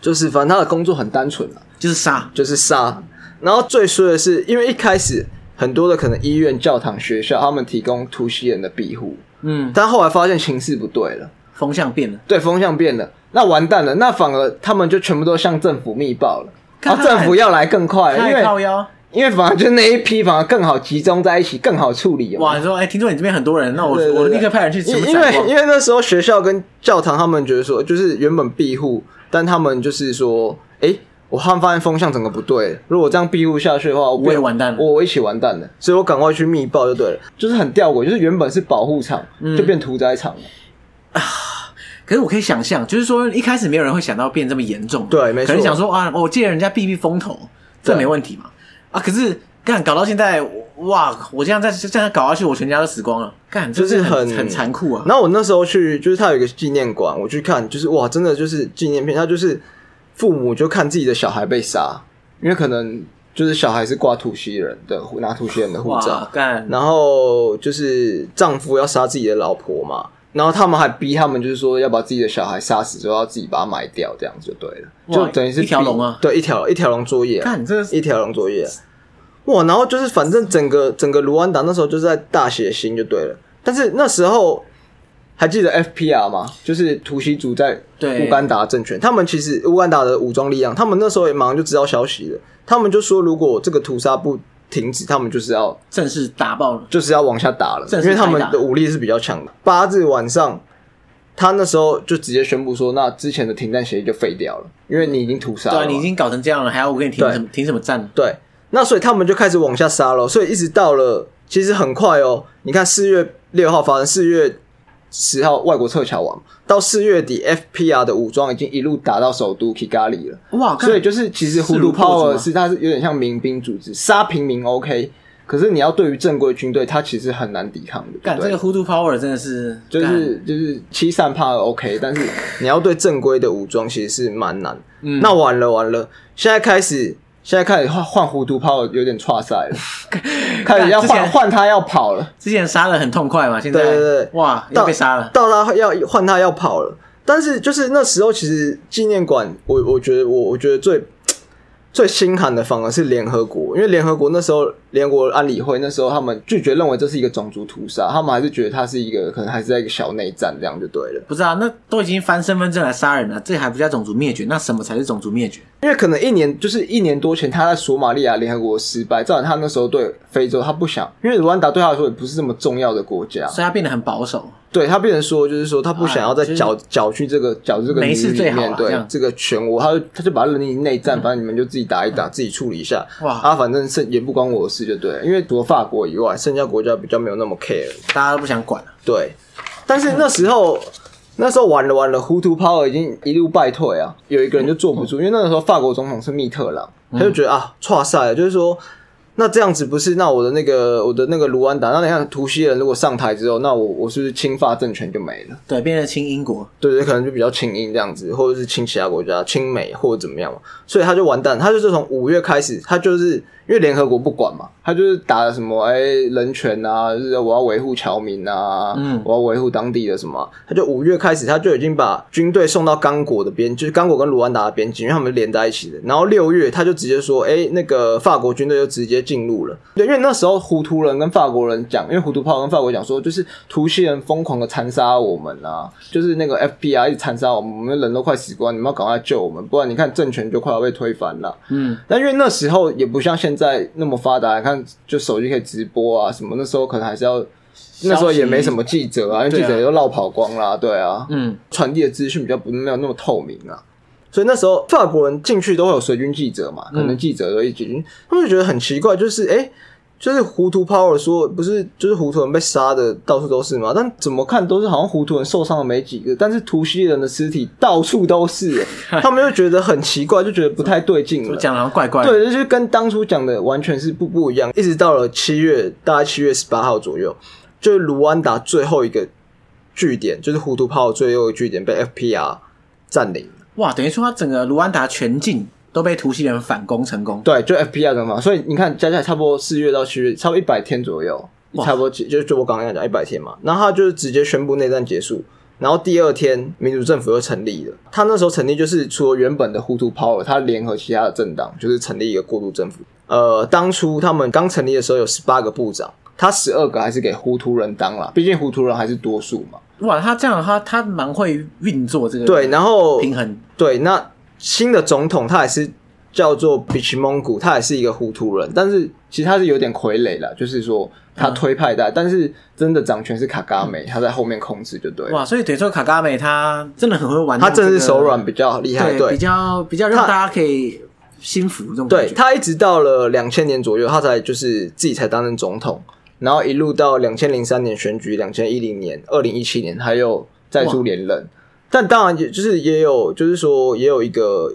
Speaker 2: 就是反正他的工作很单纯啊，
Speaker 3: 就是杀，
Speaker 2: 就是杀。然后最衰的是，因为一开始很多的可能医院、教堂、学校，他们提供突袭人的庇护，
Speaker 3: 嗯，
Speaker 2: 但后来发现形势不对了，
Speaker 3: 风向变了，
Speaker 2: 对风向变了，那完蛋了，那反而他们就全部都向政府密报了，然后
Speaker 3: 看他
Speaker 2: 政府要来更快了，因
Speaker 3: 太靠
Speaker 2: 为
Speaker 3: 腰。
Speaker 2: 因为反而就那一批反而更好集中在一起，更好处理。有没有
Speaker 3: 哇，你说，哎、听说你这边很多人，那我
Speaker 2: 对对对
Speaker 3: 我立刻派人去
Speaker 2: 因
Speaker 3: 什么
Speaker 2: 因
Speaker 3: 展
Speaker 2: 为因
Speaker 3: 望？
Speaker 2: 为那时候学校跟教堂他们觉得说，就是原本庇护，但他们就是说，哎、我他们发现风向整个不对，如果我这样庇护下去的话，我
Speaker 3: 我也完蛋了
Speaker 2: 我我一起完蛋了，所以我赶快去密报就对了，就是很吊诡，就是原本是保护场，就变屠宰场了，
Speaker 3: 可是我可以想象，就是说一开始没有人会想到变这么严重，
Speaker 2: 对没错
Speaker 3: 可能想说啊，我借人家避避风头，这
Speaker 2: 对
Speaker 3: 没问题嘛。啊，可是干搞到现在，哇，我这样再这样搞下去，我全家都死光了。干，
Speaker 2: 就
Speaker 3: 这
Speaker 2: 是
Speaker 3: 是很
Speaker 2: 很
Speaker 3: 很残酷啊。
Speaker 2: 然后我那时候去，就是他有一个纪念馆，我去看，就是哇，真的就是纪念片，他就是父母就看自己的小孩被杀，因为可能就是小孩是挂土西人的，拿土西人的护照
Speaker 3: 哇，，干，
Speaker 2: 然后就是丈夫要杀自己的老婆嘛，然后他们还逼他们，就是说要把自己的小孩杀死之后，要自己把它埋掉，这样子就对了，
Speaker 3: 哇
Speaker 2: 就等于是
Speaker 3: 一条龙啊
Speaker 2: 逼对，一条一条龙作业啊，
Speaker 3: 干，这
Speaker 2: 一条龙作业啊。哇，然后就是反正整个整个卢安达那时候就是在大血腥就对了，但是那时候还记得 FPR 吗？就是突袭组在
Speaker 3: 对
Speaker 2: 乌干达政权，他们其实乌干达的武装力量，他们那时候也马上就知道消息了，他们就说如果这个屠杀不停止，他们就是要
Speaker 3: 正式打爆了。
Speaker 2: 就是要往下打了，
Speaker 3: 正
Speaker 2: 因
Speaker 3: 式
Speaker 2: 为
Speaker 3: 开打
Speaker 2: 他们的武力是比较强的。八日晚上，他那时候就直接宣布说，那之前的停战协议就废掉了，因为你已经屠杀
Speaker 3: 对
Speaker 2: 了
Speaker 3: 啊，
Speaker 2: 嘛。
Speaker 3: 你已经搞成这样了，还要我给你停
Speaker 2: 对
Speaker 3: 什么停什么战？
Speaker 2: 对，那所以他们就开始往下杀了，所以一直到了，其实很快哦。你看，四月六号发生，四月十号外国撤侨完，到四月底，FPR 的武装已经一路打到首都 Kigali 了。
Speaker 3: 哇，干
Speaker 2: 所以就是其实
Speaker 3: 势
Speaker 2: 葫
Speaker 3: 如
Speaker 2: 芦
Speaker 3: 破竹
Speaker 2: 泡
Speaker 3: 嘛
Speaker 2: 是它是有点像民兵组织，杀平民 OK，可是你要对于正规军队，它其实很难抵抗的。
Speaker 3: 干
Speaker 2: 对
Speaker 3: 这个 Hoodoo Power 真的是
Speaker 2: 就是就是欺善怕恶 OK，但是你要对正规的武装其实是蛮难。
Speaker 3: 嗯
Speaker 2: 那完了完了，现在开始现在开始换换糊涂炮有点岔赛 了，开始要
Speaker 3: 之前
Speaker 2: 换换他要跑了，
Speaker 3: 之前杀的很痛快嘛，现在
Speaker 2: 对对对
Speaker 3: 哇又
Speaker 2: 到
Speaker 3: 被杀了，
Speaker 2: 到他要换他要跑了。但是就是那时候其实纪念馆，我我觉得我我觉得最最心寒的反而是联合国，因为联合国那时候联合国安理会那时候他们拒绝认为这是一个种族屠杀，他们还是觉得它是一个可能还是在一个小内战这样就对了。
Speaker 3: 不是啊，那都已经翻身份证来杀人了，这还不叫种族灭绝？那什么才是种族灭绝？
Speaker 2: 因为可能一年就是一年多前，他在索马利亚联合国失败，造成他那时候对非洲他不想，因为卢安达对他来说也不是这么重要的国家，
Speaker 3: 所以他变得很保守，
Speaker 2: 对他变成说就是说他不想要再搅搅去这个搅这个
Speaker 3: 没
Speaker 2: 泥
Speaker 3: 事
Speaker 2: 里
Speaker 3: 最好
Speaker 2: 面
Speaker 3: 啦这
Speaker 2: 对
Speaker 3: 样
Speaker 2: 这个漩涡，他就他就把它扔进内战，反正你们就自己打一打，自己处理一下，
Speaker 3: 哇
Speaker 2: 啊，反正剩也不关我的事就对了，因为除了法国以外，剩下国家比较没有那么 care。
Speaker 3: 大家都不想管了。
Speaker 2: 对，但是那时候那时候完了完了，糊涂抛已经一路败退啊，有一个人就坐不住，因为那个时候法国总统是密特朗，他就觉得啊，错赛了，就是说。那这样子不是？那我的那个我的那个卢安达，那你看图西人如果上台之后，那我我是不是亲法政权就没了？
Speaker 3: 对，变成亲英国，
Speaker 2: 对对，可能就比较亲英这样子，或者是亲其他国家、亲美或者怎么样嘛，所以他就完蛋。他就是从五月开始，他就是因为联合国不管嘛，他就是打了什么哎人权啊，就是我要维护侨民啊，
Speaker 3: 嗯
Speaker 2: 我要维护当地的什么啊，他就五月开始他就已经把军队送到刚果的边，就是刚果跟卢安达的边境，因为他们连在一起的。然后六月他就直接说，哎，那个法国军队就直接进入了，对，因为那时候糊涂人跟法国人讲，因为糊涂炮跟法国讲说，就是图西人疯狂的残杀我们啊，就是那个 FBI 一直残杀我们，我们人都快死光，你们要赶快救我们，不然你看政权就快要被推翻了。
Speaker 3: 嗯，
Speaker 2: 但因为那时候也不像现在那么发达，你看就手机可以直播啊什么，那时候可能还是要，那时候也没什么记者啊，因为记
Speaker 3: 对啊
Speaker 2: 者也都绕跑光啦，对啊，
Speaker 3: 嗯，
Speaker 2: 传递的资讯比较不没有那么透明啊。所以那时候法国人进去都会有随军记者嘛，可能记者都一起去，他们就觉得很奇怪，就是哎、诶就是糊涂 power 说不是，就是糊涂人被杀的到处都是嘛，但怎么看都是好像糊涂人受伤的没几个，但是图西人的尸体到处都是、诶他们就觉得很奇怪，就觉得不太对劲了。
Speaker 3: 讲的好像怪怪的。
Speaker 2: 对，就是跟当初讲的完全是不不一样。一直到了七月，大概七月十八号左右，就是卢安达最后一个据点，就是糊涂炮最后一个据点被 FPR 占领。
Speaker 3: 哇，等于说他整个卢安达全境都被图西人反攻成功。
Speaker 2: 对，就 FPR 的嘛。所以你看，加起来差不多四月到七月，差不多一百天左右，
Speaker 3: 哇
Speaker 2: 差不多就就我刚刚讲一百天嘛。然后他就是直接宣布内战结束，然后第二天民主政府又成立了。他那时候成立就是除了原本的 Hutu Power，他联合其他的政党，就是成立一个过渡政府。呃，当初他们刚成立的时候有十八个部长，他十二个还是给糊涂人当了，毕竟糊涂人还是多数嘛。
Speaker 3: 哇，他这样他他蛮会运作这个
Speaker 2: 对，然后
Speaker 3: 平衡
Speaker 2: 对，那新的总统他也是叫做比奇蒙古，他也是一个糊涂人，但是嗯其实他是有点傀儡了，就是说他推派的，但是真的掌权是卡嘎梅，他在后面控制就对了。
Speaker 3: 哇，所以等于说卡嘎美他真的很会玩、
Speaker 2: 他真是手软比较厉害，
Speaker 3: 对，比较比较让
Speaker 2: 他
Speaker 3: 大家可以心服这种感
Speaker 2: 对
Speaker 3: 觉。
Speaker 2: 他一直到了两千年左右，他才就是自己才担任总统，然后一路到两千零三年选举、两千一零年、二零一七年，还有再度连任。但当然也就是也有，就是说也有一个，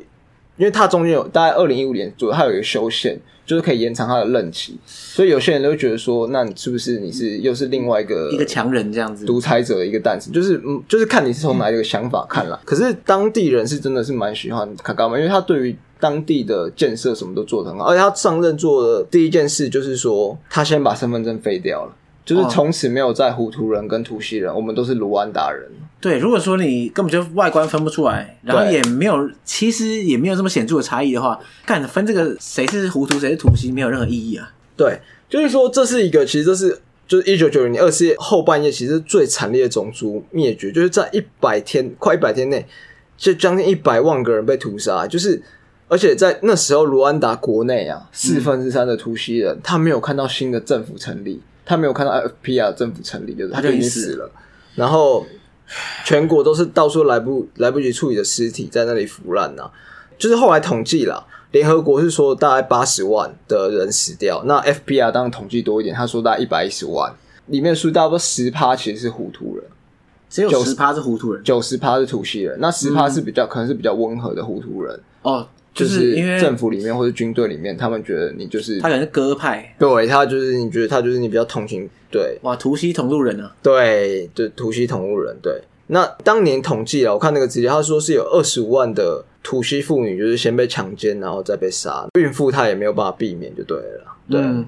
Speaker 2: 因为他中间有大概二零一五年左右，他有一个修宪，就是可以延长他的任期，所以有些人都会觉得说，那你是不是你是又是另外一个
Speaker 3: 一个强人这样子，
Speaker 2: 独裁者的一个诞生，就是嗯，就是看你是从哪一个想法看啦。可是当地人是真的是蛮喜欢卡卡嘛，因为他对于当地的建设什么都做得很好，而且他上任做的第一件事就是说，他先把身份证废掉了。就是
Speaker 3: 哦
Speaker 2: 从此没有在糊涂人跟图西人，我们都是卢安达人。
Speaker 3: 对，如果说你根本就外观分不出来，然后
Speaker 2: 对
Speaker 3: 也没有，其实也没有这么显著的差异的话，干分这个谁是糊涂谁是图西没有任何意义啊。
Speaker 2: 对，就是说这是一个，其实这是就是一九九零年二世纪后半叶，其实最惨烈的种族灭绝，就是在一百天快一百天内，就将近一百万个人被屠杀，就是。而且在那时候，卢安达国内啊，四分之三的突袭人，他没有看到新的政府成立，他没有看到 FPR 政府成立，就是
Speaker 3: 他
Speaker 2: 他就
Speaker 3: 就
Speaker 2: 已经
Speaker 3: 已经死
Speaker 2: 死了。然后全国都是到处来不来不及处理的尸体在那里腐烂呐、就是后来统计啦，联合国是说大概八十万的人死掉，那 FPR 当然统计多一点，他说大概一百一十万，里面数大概十趴其实是糊涂人，
Speaker 3: 只有
Speaker 2: 九
Speaker 3: 十趴是糊涂人
Speaker 2: 九十趴是土系人，那十趴是比较、可能是比较温和的糊涂人，
Speaker 3: 哦，
Speaker 2: 就
Speaker 3: 嗯就是因为
Speaker 2: 政府里面或者军队里面，他们觉得你就是
Speaker 3: 他可能是鸽派，
Speaker 2: 对他就是你觉得他就是你比较同情，对，
Speaker 3: 哇，图西同路人啊，
Speaker 2: 嗯对，对，图西同路人。对，那当年统计啊，我看那个资料，他说是有二十五万的图西妇女，就是先被强奸，然后再被杀，孕妇她也没有办法避免，就对了啦。对，
Speaker 3: 嗯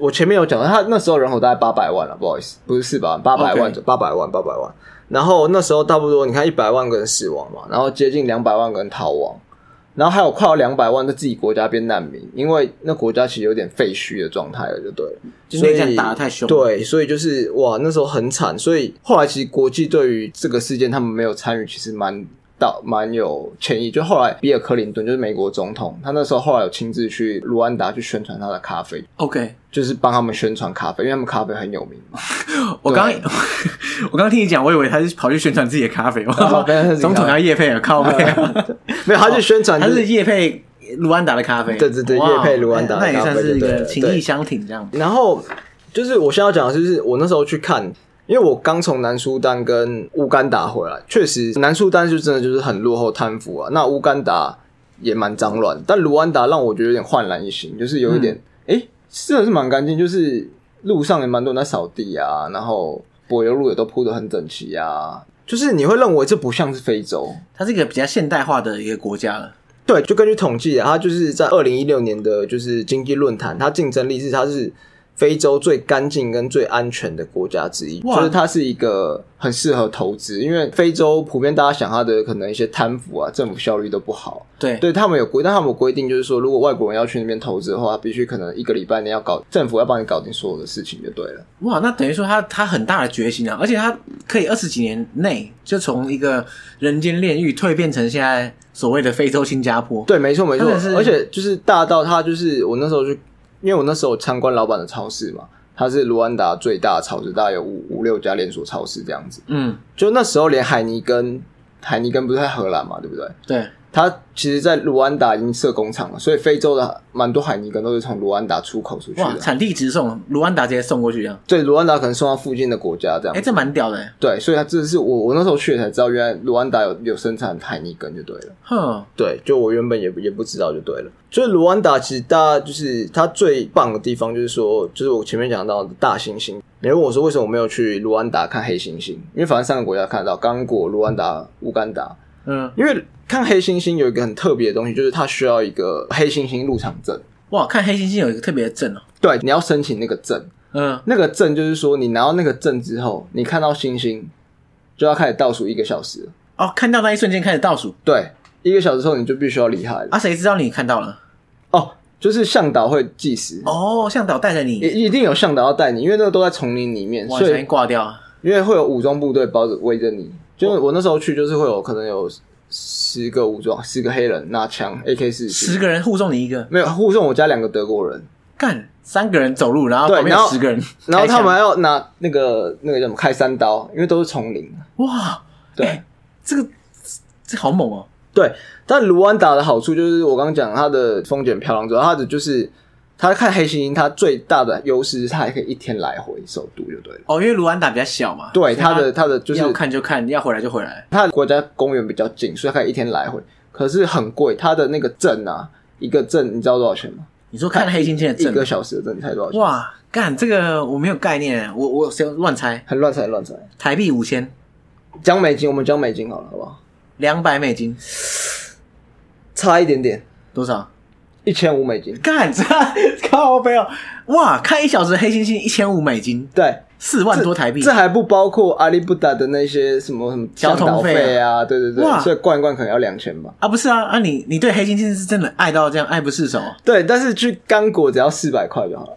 Speaker 2: 我前面有讲到，他那时候人口大概八百万啊了，不好意思，不是四百万，八百万
Speaker 3: OK，
Speaker 2: 八百万，八百万。然后那时候差不多，你看一百万个人死亡嘛，然后接近两百万个人逃亡，然后还有快要两百万在自己国家变难民，因为那国家其实有点废墟的状态了，就对了。
Speaker 3: 就
Speaker 2: 所
Speaker 3: 内
Speaker 2: 以
Speaker 3: 战打得太凶了
Speaker 2: 对，所以就是哇，那时候很惨，所以后来其实国际对于这个事件他们没有参与，其实蛮到蛮有歉意。就后来比尔·克林顿就是美国总统，他那时候后来有亲自去卢安达去宣传他的咖啡，
Speaker 3: ，OK，
Speaker 2: 就是帮他们宣传咖啡，因为他们咖啡很有名嘛。
Speaker 3: 我刚
Speaker 2: 对
Speaker 3: 我刚听你讲，我以为他是跑去宣传自己的咖啡，我
Speaker 2: 哦没有他是自己咖啡
Speaker 3: 总统要叶配啊，靠背啊，
Speaker 2: 没有，他去宣传、
Speaker 3: 哦他
Speaker 2: 就是
Speaker 3: 是叶配卢安达的咖啡，
Speaker 2: 对对对
Speaker 3: 哇
Speaker 2: 业配卢安达的
Speaker 3: 那也
Speaker 2: 咖啡
Speaker 3: 算是
Speaker 2: 就
Speaker 3: 一
Speaker 2: 对
Speaker 3: 个
Speaker 2: 了
Speaker 3: 情
Speaker 2: 对
Speaker 3: 义相挺这样。
Speaker 2: 然后就是我现在要讲的就是我那时候去看，因为我刚从南苏丹跟乌干达回来，确实南苏丹就真的就是很落后贪腐啊，那乌干达也蛮脏乱，但卢安达让我觉得有点焕然一新，就是有一点诶，真的是蛮干净，就是路上也蛮多人在扫地啊，然后柏油路也都铺得很整齐啊，就是你会认为这不像是非洲，
Speaker 3: 它是一个比较现代化的一个国家了。
Speaker 2: 对，就根据统计啊，它就是在二零一六年的，就是经济论坛，它竞争力是它是非洲最干净跟最安全的国家之一，
Speaker 3: 哇
Speaker 2: 就是它是一个很适合投资，因为非洲普遍大家想它的可能一些贪腐啊，政府效率都不好，
Speaker 3: 对，
Speaker 2: 对他们有规，但他们有规定就是说，如果外国人要去那边投资的话，必须可能一个礼拜内要搞政府要帮你搞定所有的事情就对了。
Speaker 3: 哇，那等于说它它很大的决心啊，而且它可以二十几年内就从一个人间炼狱蜕变成现在所谓的非洲新加坡。
Speaker 2: 对，没错没错
Speaker 3: 真的是，
Speaker 2: 而且就是大到他就是我那时候去，因为我那时候参观老板的超市嘛，它是卢安达最大的超市，大概有五五六家连锁超市这样子。
Speaker 3: 嗯，
Speaker 2: 就那时候连海尼根，海尼根不是在荷兰嘛，对不对？
Speaker 3: 对，
Speaker 2: 它其实，在卢安达已经设工厂了，所以非洲的蛮多海尼根都是从卢安达出口出去
Speaker 3: 哇，
Speaker 2: 的。
Speaker 3: 产地直送，卢安达直接送过去这样。
Speaker 2: 对，卢安达可能送到附近的国家这样
Speaker 3: 哎、。这蛮屌的欸，
Speaker 2: 对，所以它这是我我那时候去了才知道，原来卢安达有有生产海尼根就对了。
Speaker 3: 哼，
Speaker 2: 对，就我原本也不也不知道就对了。所以卢安达其实大家就是它最棒的地方，就是说，就是我前面讲到的大猩猩。你问我说为什么我没有去卢安达看黑猩猩？因为反正三个国家看得到，刚果、卢安达、乌干达。
Speaker 3: 嗯，
Speaker 2: 因为看黑猩猩有一个很特别的东西，就是它需要一个黑猩猩入场证。
Speaker 3: 哇，看黑猩猩有一个特别的证哦，
Speaker 2: 对，你要申请那个证，
Speaker 3: 嗯，
Speaker 2: 那个证就是说，你拿到那个证之后，你看到猩猩，就要开始倒数一个小时了。
Speaker 3: 哦，看到那一瞬间开始倒数
Speaker 2: 对，一个小时后你就必须要离开了。
Speaker 3: 啊，谁知道你看到了？
Speaker 2: 哦，就是向导会计时，
Speaker 3: 哦，向导带
Speaker 2: 也
Speaker 3: 着你，
Speaker 2: 一定有向导要带你，因为那个都在丛林里面，
Speaker 3: 哇，
Speaker 2: 所
Speaker 3: 小
Speaker 2: 以
Speaker 3: 心挂掉。
Speaker 2: 因为会有武装部队包着围着你。就是我那时候去，就是会有可能有十个武装，十个黑人拿枪 AK 四
Speaker 3: 十个人护送你一个，
Speaker 2: 没有护送我家两个德国人，
Speaker 3: 干三个人走路，然后
Speaker 2: 对
Speaker 3: 旁边
Speaker 2: 然后
Speaker 3: 十个人开枪，
Speaker 2: 然后他们还要拿那个那个叫什么开山刀，因为都是丛林。
Speaker 3: 哇，
Speaker 2: 对、
Speaker 3: 哎这个这好猛哦！
Speaker 2: 对，但卢安达的好处就是我刚刚讲它的风景漂亮之后，它的就是它看黑猩猩，它最大的优势是它还可以一天来回首都就对了。
Speaker 3: 哦，因为卢安达比较小嘛，所
Speaker 2: 对，
Speaker 3: 以
Speaker 2: 它的它的就是
Speaker 3: 要看就看，要回来就回来。
Speaker 2: 它的国家公园比较近，所以它可以一天来回，可是很贵。它的那个镇啊，一个镇你知道多少钱吗？
Speaker 3: 你说看黑猩猩的
Speaker 2: 一个
Speaker 3: 证，
Speaker 2: 小时的镇才多少钱？
Speaker 3: 哇，干这个我没有概念，我我谁乱猜，
Speaker 2: 很乱猜乱猜。
Speaker 3: 台币五千，
Speaker 2: 讲美金，我们讲美金好了，好不好？
Speaker 3: 两百美金
Speaker 2: 差一点点，
Speaker 3: 多少？
Speaker 2: 一千五美金。
Speaker 3: 干这靠背哦，哇，看一小时黑猩猩一千五美金，
Speaker 2: 对，
Speaker 3: 四万多台币，
Speaker 2: 这还不包括阿里不达的那些什么什么
Speaker 3: 交通
Speaker 2: 向导
Speaker 3: 费啊
Speaker 2: 费啊，对对
Speaker 3: 哇
Speaker 2: 对，所以灌一灌可能要两千吧。
Speaker 3: 啊不是啊啊你你对黑猩猩是真的爱到这样爱不释手哦
Speaker 2: 对，但是去刚果只要四百块就好了。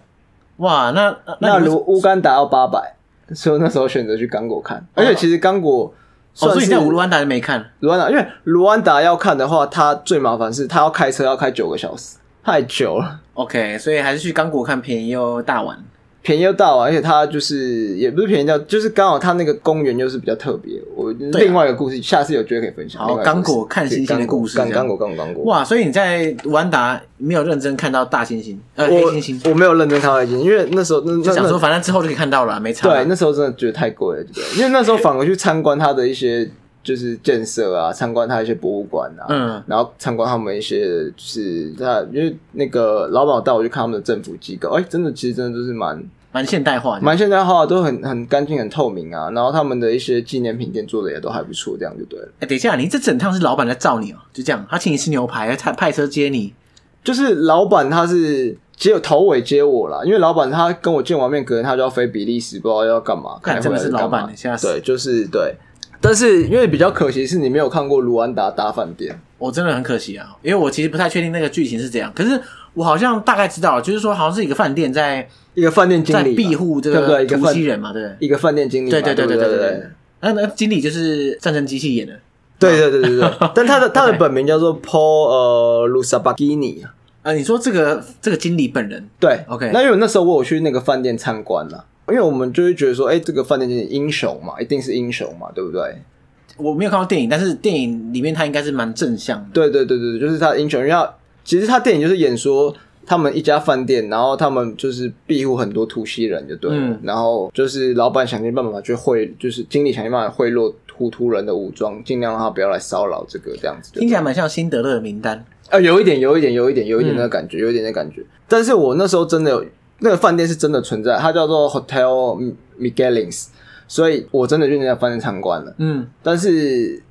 Speaker 3: 哇那
Speaker 2: 那
Speaker 3: 你为
Speaker 2: 如乌干达要八百，所以我那时候选择去刚果看。而且其实刚果
Speaker 3: 哦
Speaker 2: 算
Speaker 3: 所以
Speaker 2: 是
Speaker 3: 你在卢安达就没看
Speaker 2: 卢安达，因为卢安达要看的话，它最麻烦是它要开车要开九个小时，太久了，
Speaker 3: ，OK，所以还是去刚果看便宜又大碗
Speaker 2: 便宜又到啊，而且它就是也不是便宜到，就是刚好它那个公园又是比较特别。我
Speaker 3: 对啊
Speaker 2: 另外一个故事，下次有机会可以分享。
Speaker 3: 好
Speaker 2: 另外一个故事
Speaker 3: 刚果看星星的故事
Speaker 2: 刚
Speaker 3: 这
Speaker 2: 刚
Speaker 3: 样
Speaker 2: 果刚果刚果。
Speaker 3: 哇，所以你在卢安达没有认真看到大猩猩呃黑
Speaker 2: 我
Speaker 3: 猩猩，
Speaker 2: 我没有认真看到黑猩猩，因为那时候那
Speaker 3: 就
Speaker 2: 那
Speaker 3: 想说啊
Speaker 2: 那
Speaker 3: 反正之后就可以看到了，没差啦。
Speaker 2: 对那时候真的觉得太贵了，对因为那时候反而去参观它的一些就是建设啊，参观它一些博物馆啊，
Speaker 3: 嗯
Speaker 2: 然后参观他们一些就是他因为那个老板带我去看他们的政府机构，哎、真的其实真的就是蛮
Speaker 3: 蛮现代化的。
Speaker 2: 蛮现代化的，都很很干净很透明啊，然后他们的一些纪念品店做的也都还不错，这样就对了。
Speaker 3: 哎、等一下，你这整趟是老板在罩你哦、就这样，他请你吃牛排，他派车接你，
Speaker 2: 就是老板他是接头尾接我啦，因为老板他跟我见完面，可能他就要飞比利时，不知道要干嘛。
Speaker 3: 干
Speaker 2: 看
Speaker 3: 真的是老板
Speaker 2: 板
Speaker 3: 吓死
Speaker 2: 对，就是对。但是因为比较可惜是你没有看过卢安达大饭店，
Speaker 3: 我真的很可惜啊，因为我其实不太确定那个剧情是怎样，可是我好像大概知道了，就是说好像是一个饭店在
Speaker 2: 一个饭店经
Speaker 3: 在
Speaker 2: 理嘛
Speaker 3: 庇护这
Speaker 2: 对不对？
Speaker 3: 个
Speaker 2: 一个
Speaker 3: 图
Speaker 2: 饭
Speaker 3: 西人嘛，对不对？
Speaker 2: 一个饭店经理嘛，
Speaker 3: 对
Speaker 2: 对
Speaker 3: 对
Speaker 2: 不
Speaker 3: 对
Speaker 2: 对
Speaker 3: 对。那那经理就是战争机器演的，
Speaker 2: 对对对对对 对，但他的他的
Speaker 3: OK
Speaker 2: 本名叫做 Paul 呃 l u s a b a g i n i
Speaker 3: 啊，你说这个这个经理本人
Speaker 2: 对
Speaker 3: OK
Speaker 2: 那因为那时候我有去那个饭店参观了，因为我们就会觉得说，哎，这个饭店经理英雄嘛，一定是英雄嘛，对不对？
Speaker 3: 我没有看过电影，但是电影里面他应该是蛮正向的。
Speaker 2: 对对对对，对就是他的英雄，因为他其实他电影就是演说他们一家饭店，然后他们就是庇护很多突袭人，就对了。
Speaker 3: 嗯
Speaker 2: 然后就是老板想尽办法去贿，就是经理想尽办法贿赂突突人的武装，尽量让他不要来骚扰这个这样子。
Speaker 3: 听起来蛮像辛德勒的名单，
Speaker 2: 呃，有一点，有一点，有一点，有一点
Speaker 3: 嗯
Speaker 2: 那个感觉，有一点那个感觉。但是我那时候真的有那个饭店是真的存在，它叫做 Hotel Miguelins，所以我真的去那家饭店参观了。
Speaker 3: 嗯，
Speaker 2: 但是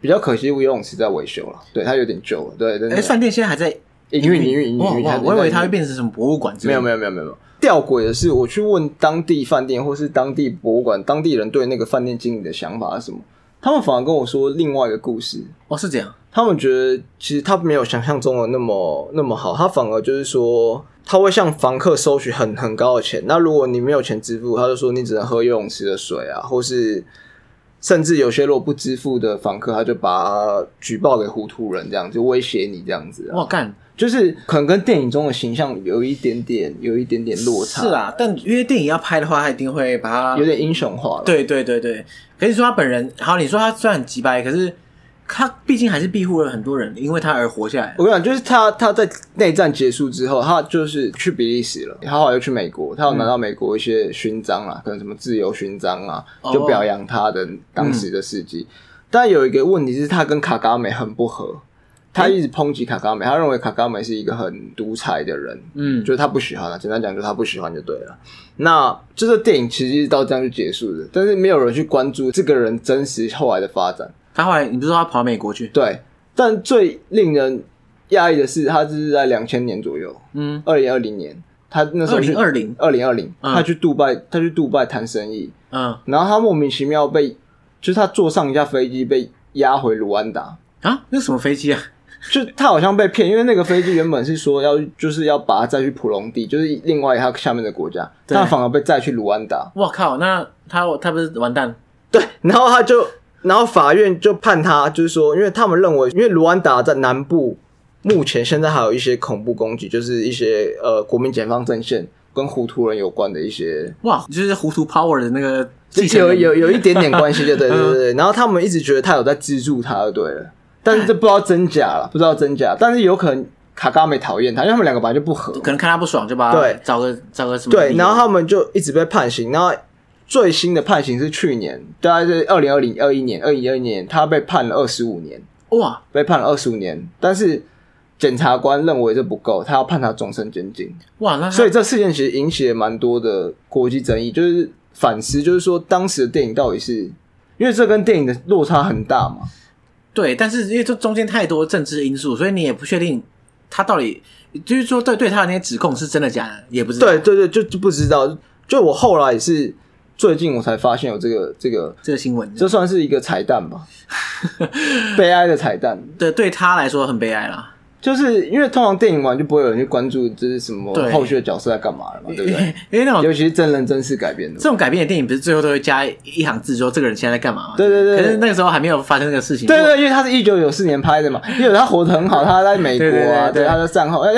Speaker 2: 比较可惜，游泳池在维修了，对，它有点旧了，对，真的
Speaker 3: 哎，饭店现在还在
Speaker 2: 营运营运营运
Speaker 3: 哇
Speaker 2: 营运
Speaker 3: 哇，
Speaker 2: 它
Speaker 3: 我以为它会变成什么博物馆之
Speaker 2: 没
Speaker 3: 类的，
Speaker 2: 有没有没有没有没有。吊诡的是，我去问当地饭店或是当地博物馆当地人对那个饭店经理的想法是什么，他们反而跟我说另外一个故事。
Speaker 3: 哦是这样，
Speaker 2: 他们觉得其实他没有想象中的那么那么好，他反而就是说他会向房客收取很很高的钱。那如果你没有钱支付，他就说你只能喝游泳池的水啊，或是甚至有些如果不支付的房客，他就把他举报给糊涂人，这样就威胁你这样子、啊。
Speaker 3: 哇干，
Speaker 2: 就是可能跟电影中的形象有一点点有一点点落差，
Speaker 3: 是，啊，但因为电影要拍的话，他一定会把它
Speaker 2: 有点英雄化了。，
Speaker 3: 对对对对，可是说他本人，好，你说他虽然很鸡掰，可是他毕竟还是庇护了很多人，因为他而活下来。
Speaker 2: 我跟你讲，就是他他在内战结束之后，他就是去比利时了，他后来又去美国，他有拿到美国一些勋章啦，可能什么自由勋章啊，
Speaker 3: 哦
Speaker 2: 就表扬他的当时的事迹。但有一个问题是，他跟卡嘎美很不合。他一直抨击卡嘎美，他认为卡嘎美是一个很独裁的人，
Speaker 3: 嗯
Speaker 2: 就是他不喜欢了、啊简单讲，就是他不喜欢就对了。那这个电影其实一直到这样就结束了，但是没有人去关注这个人真实后来的发展。
Speaker 3: 他后来你不是说他跑美国去？
Speaker 2: 对，但最令人讶异的是，他就是在两千年左右，
Speaker 3: 嗯，
Speaker 2: 二零二零年，他那时候去
Speaker 3: 2020
Speaker 2: 二零二零，
Speaker 3: 嗯
Speaker 2: 他去杜拜，他去杜拜谈生意，
Speaker 3: 嗯，
Speaker 2: 然后他莫名其妙被就是他坐上一架飞机被押回卢安达，
Speaker 3: 啊，那什么飞机啊？
Speaker 2: 就他好像被骗，因为那个飞机原本是说要就是要把他载去普隆地，就是另外他下面的国家，
Speaker 3: 对
Speaker 2: 他反而被载去卢安达。
Speaker 3: 我靠，那他他不是完蛋？
Speaker 2: 对，然后他就，然后法院就判他，就是说，因为他们认为，因为卢安达在南部目前现在还有一些恐怖攻击，就是一些呃国民解放阵线跟胡图人有关的一 些。
Speaker 3: 哇，就是糊涂 power 的那个继承
Speaker 2: 有
Speaker 3: 人
Speaker 2: 有嗯有一点点关系的，对对对对。然后他们一直觉得他有在资助他，就对了。但是这不知道真假了，不知道真假。但是有可能卡嘎美讨厌他，因为他们两个本来就不合。
Speaker 3: 可能看他不爽就把他
Speaker 2: 对
Speaker 3: 找个找个什么
Speaker 2: 对，
Speaker 3: 理由
Speaker 2: 然后他们就一直被判刑，然后最新的判刑是去年，大概是二零二零二一年、二零二一年，他被判了二十五年，
Speaker 3: 哇，
Speaker 2: 被判了二十五年，但是检察官认为这不够，他要判他终身监禁，
Speaker 3: 哇，那他
Speaker 2: 所以这事件其实引起了蛮多的国际争议，就是反思，就是说当时的电影到底是。因为这跟电影的落差很大嘛，
Speaker 3: 对，但是因为这中间太多政治因素，所以你也不确定他到底就是说对对他的那些指控是真的假的，也不知道。
Speaker 2: 对对对，就就不知道。就我后来也是最近我才发现有这个这个，
Speaker 3: 这个新闻，
Speaker 2: 这算是一个彩蛋 吧，悲哀的彩蛋。
Speaker 3: 对对他来说很悲哀啦，
Speaker 2: 就是因为通常电影完就不会有人去关注就是什么
Speaker 3: 对
Speaker 2: 后续的角色在干嘛了嘛，对不
Speaker 3: 因为
Speaker 2: 对？
Speaker 3: 因为那种
Speaker 2: 尤其是真人真事改编的
Speaker 3: 这，种改编的电影，不是最后都会加一行字说这个人现在在干嘛吗？
Speaker 2: 对对对对
Speaker 3: 可是那个时候还没有发生这个事情。
Speaker 2: 对对，因为他是一九九四年拍的 嘛，因为他活得很好，他在美
Speaker 3: 对对
Speaker 2: 国啊，
Speaker 3: 对对
Speaker 2: 对，他在战后，哎，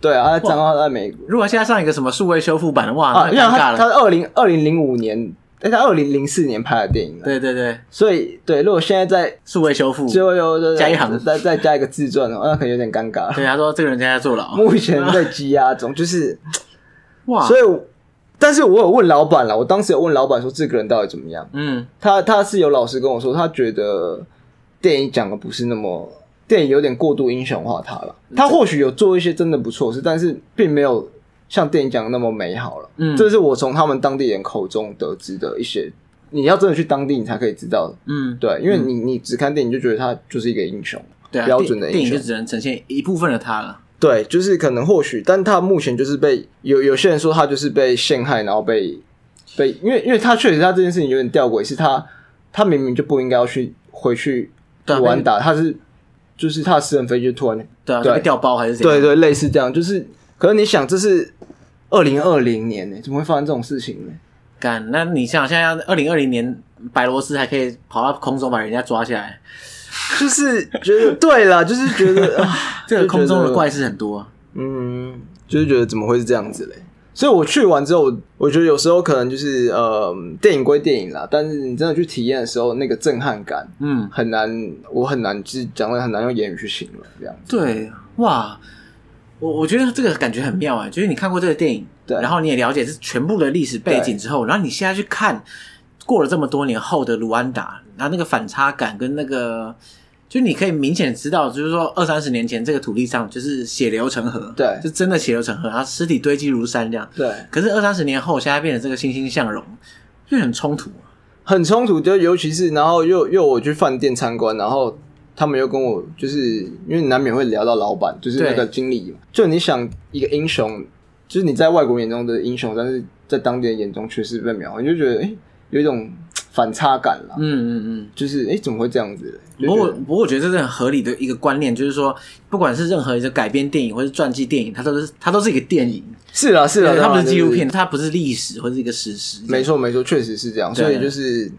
Speaker 2: 对啊，他在战后他在美国
Speaker 3: 如果现在上一个什么数位修复版，哇，
Speaker 2: 啊，
Speaker 3: 那
Speaker 2: 因
Speaker 3: 就
Speaker 2: 为
Speaker 3: 尴
Speaker 2: 他
Speaker 3: 尬
Speaker 2: 他
Speaker 3: 了。
Speaker 2: 是二零二零零五年，哎，他二零零四年拍的电影啊，
Speaker 3: 对对对，
Speaker 2: 所以对，如果现在在
Speaker 3: 数位修复。
Speaker 2: 最后又又
Speaker 3: 加一行
Speaker 2: 再再加一个自传哦，那可能有点尴尬了。
Speaker 3: 对，他说这个人现在在坐牢。
Speaker 2: 目前在积压中，就是
Speaker 3: 哇，
Speaker 2: 所以我，但是我有问老板了，我当时有问老板说这个人到底怎么样。
Speaker 3: 嗯，
Speaker 2: 他他是有老师跟我说，他觉得电影讲的不是那么，电影有点过度英雄化他了。
Speaker 3: 嗯
Speaker 2: 他或许有做一些真的不错的事，但是并没有像电影讲的那么美好了。
Speaker 3: 嗯
Speaker 2: 这是我从他们当地人口中得知的一些，你要真的去当地，你才可以知道。
Speaker 3: 嗯，
Speaker 2: 对，因为你你只看电影就觉得他就是一个英雄，
Speaker 3: 对啊，
Speaker 2: 标准的
Speaker 3: 电电影
Speaker 2: 英
Speaker 3: 就
Speaker 2: 雄
Speaker 3: 只能呈现一部分的他了。
Speaker 2: 对，就是可能或许，但他目前就是被有有些人说他就是被陷害，然后被被，因为因为他确实他这件事情有点吊诡，是他他明明就不应该要去回去
Speaker 3: 对啊
Speaker 2: 卢安达，他是就是他的私人飞机突然
Speaker 3: 对啊，
Speaker 2: 对
Speaker 3: 就被调包还是怎样？
Speaker 2: 对对类似这样，就是可是你想这是二零二零年呢、怎么会发生这种事情呢？
Speaker 3: 干，那你想想，现在二零二零年，白罗斯还可以跑到空中把人家抓下来，
Speaker 2: 就是觉得对啦，就是觉得 啊
Speaker 3: 这个空中
Speaker 2: 就觉
Speaker 3: 的
Speaker 2: 得
Speaker 3: 怪事很多啊。
Speaker 2: 嗯，就是觉得怎么会是这样子嘞？所以我去完之后，我觉得有时候可能就是呃，电影归电影啦，但是你真的去体验的时候，那个震撼感
Speaker 3: 嗯，
Speaker 2: 很难，我很难，就是讲的很难用言语去形容这样子。
Speaker 3: 对，哇，我我觉得这个感觉很妙哎、就是你看过这个电影，
Speaker 2: 对
Speaker 3: 然后你也了解这全部的历史背景
Speaker 2: 对
Speaker 3: 之后，然后你现在去看过了这么多年后的卢安达，然后那个反差感跟那个，就你可以明显知道，就是说二三十年前这个土地上就是血流成河，
Speaker 2: 对
Speaker 3: 就真的血流成河，然后尸体堆积如山这样。
Speaker 2: 对，
Speaker 3: 可是二三十年后，现在变得这个欣欣向荣，就很冲突。
Speaker 2: 很冲突，就尤其是然后又又我去饭店参观，然后他们又跟我就是因为难免会聊到老板，就是那个
Speaker 3: 对
Speaker 2: 经理嘛。就你想一个英雄，就是你在外国眼中的英雄，但是在当地人眼中却是被秒，你就觉得哎、诶有一种反差感啦。
Speaker 3: 嗯嗯
Speaker 2: 就是哎、诶怎么会这样子？
Speaker 3: 嗯。不过我，不过我觉得这是很合理的一个观念，就是说，不管是任何一个改编电影或是传记电影，它都是它都是一个电影，
Speaker 2: 是啦是啦，
Speaker 3: 它
Speaker 2: 当
Speaker 3: 不
Speaker 2: 然
Speaker 3: 是纪录片，
Speaker 2: 就是
Speaker 3: 它不是历史或是一个史实。
Speaker 2: 没错没错，确实是这样。
Speaker 3: 对
Speaker 2: 所以就是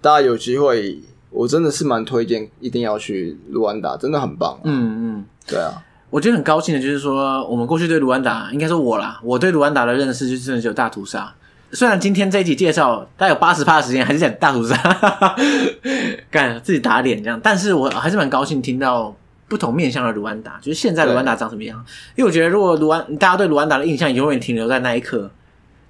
Speaker 2: 大家有机会，我真的是蛮推荐，一定要去卢安达，真的很棒、啊
Speaker 3: 嗯嗯。
Speaker 2: 对啊，
Speaker 3: 我觉得很高兴的就是说，我们过去对卢安达，应该说我啦，我对卢安达的认识就真的只有大屠杀。虽然今天这一集介绍，大概有八十趴的时间还是讲大屠杀， 干自己打脸这样，但是我还是蛮高兴听到不同面向的卢安达，就是现在卢安达长什么样。因为我觉得，如果卢安大家对卢安达的印象永远停留在那一刻，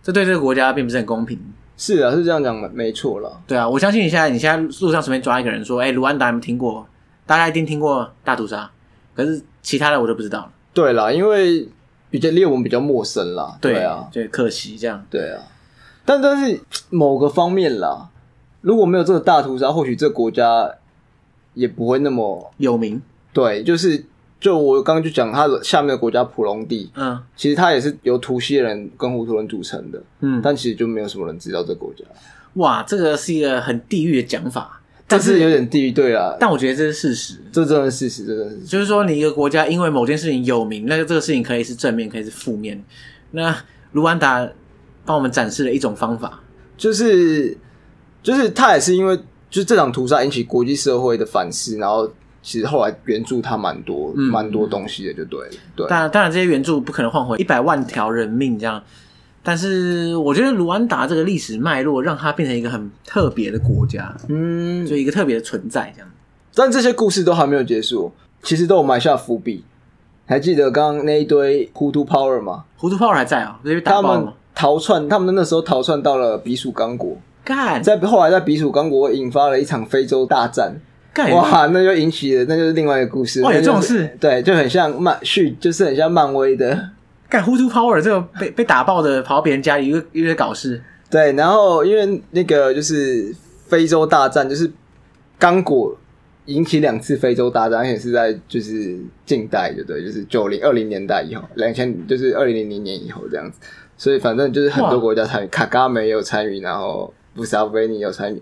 Speaker 3: 这对这个国家并不是很公平。
Speaker 2: 是啊，是这样讲没没错啦。
Speaker 3: 对啊，我相信你现在你现在路上随便抓一个人说，哎、卢安达有没有听过？大家一定听过大屠杀，可是其他的我就不知道了。
Speaker 2: 对啦，因为比较猎文比较陌生啦。
Speaker 3: 对
Speaker 2: 啊，
Speaker 3: 对，可惜这样。
Speaker 2: 对啊，但但是某个方面啦，如果没有这个大屠杀，或许这个国家也不会那么
Speaker 3: 有名，
Speaker 2: 对，就是就我刚刚就讲，它的下面的国家普隆地，
Speaker 3: 嗯
Speaker 2: 其实它也是由图西人跟胡图人组成的，
Speaker 3: 嗯，
Speaker 2: 但其实就没有什么人知道这个国家，
Speaker 3: 哇，这个是一个很地狱的讲法，
Speaker 2: 这
Speaker 3: 但
Speaker 2: 是有点地狱对啦，
Speaker 3: 但我觉得这是事实，
Speaker 2: 这真的是事实，这真的是事实。
Speaker 3: 就是说你一个国家因为某件事情有名，那这个事情可以是正面，可以是负面。那卢安达帮我们展示了一种方法，
Speaker 2: 就是就是他也是因为就是这场屠杀引起国际社会的反思，然后其实后来援助他蛮多
Speaker 3: 嗯
Speaker 2: 蛮、多东西的，就对了，对。
Speaker 3: 当然，当然这些援助不可能换回一百万条人命这样，但是我觉得卢安达这个历史脉络让它变成一个很特别的国家，
Speaker 2: 嗯，
Speaker 3: 就一个特别的存在这样。
Speaker 2: 但这些故事都还没有结束，其实都有埋下伏笔。还记得刚刚那一堆 h u t u Power 吗？
Speaker 3: 糊涂炮还在哦、直接被打
Speaker 2: 他
Speaker 3: 爆
Speaker 2: 们
Speaker 3: 了。
Speaker 2: 逃窜，他们那时候逃窜到了比属刚国，
Speaker 3: 干
Speaker 2: 在后来在比属刚国引发了一场非洲大战。
Speaker 3: 干
Speaker 2: 哇，那就引起了，那就是另外一个故事。
Speaker 3: 哎哦哇有
Speaker 2: 那就是
Speaker 3: 这种事？
Speaker 2: 对，就很像漫续，就是很像漫威的。
Speaker 3: 干糊涂 power 这个被被打爆的跑到别人家里又又在搞事，
Speaker 2: 对，然后因为那个就是非洲大战，就是刚果引起两次非洲大战，而且是在就是近代，对对，就是九零二零年代以后，两千就是二零零零年以后这样子。所以反正就是很多
Speaker 3: 哇
Speaker 2: 国家参与，卡嘎梅也有参与，然后布萨维尼也有参与，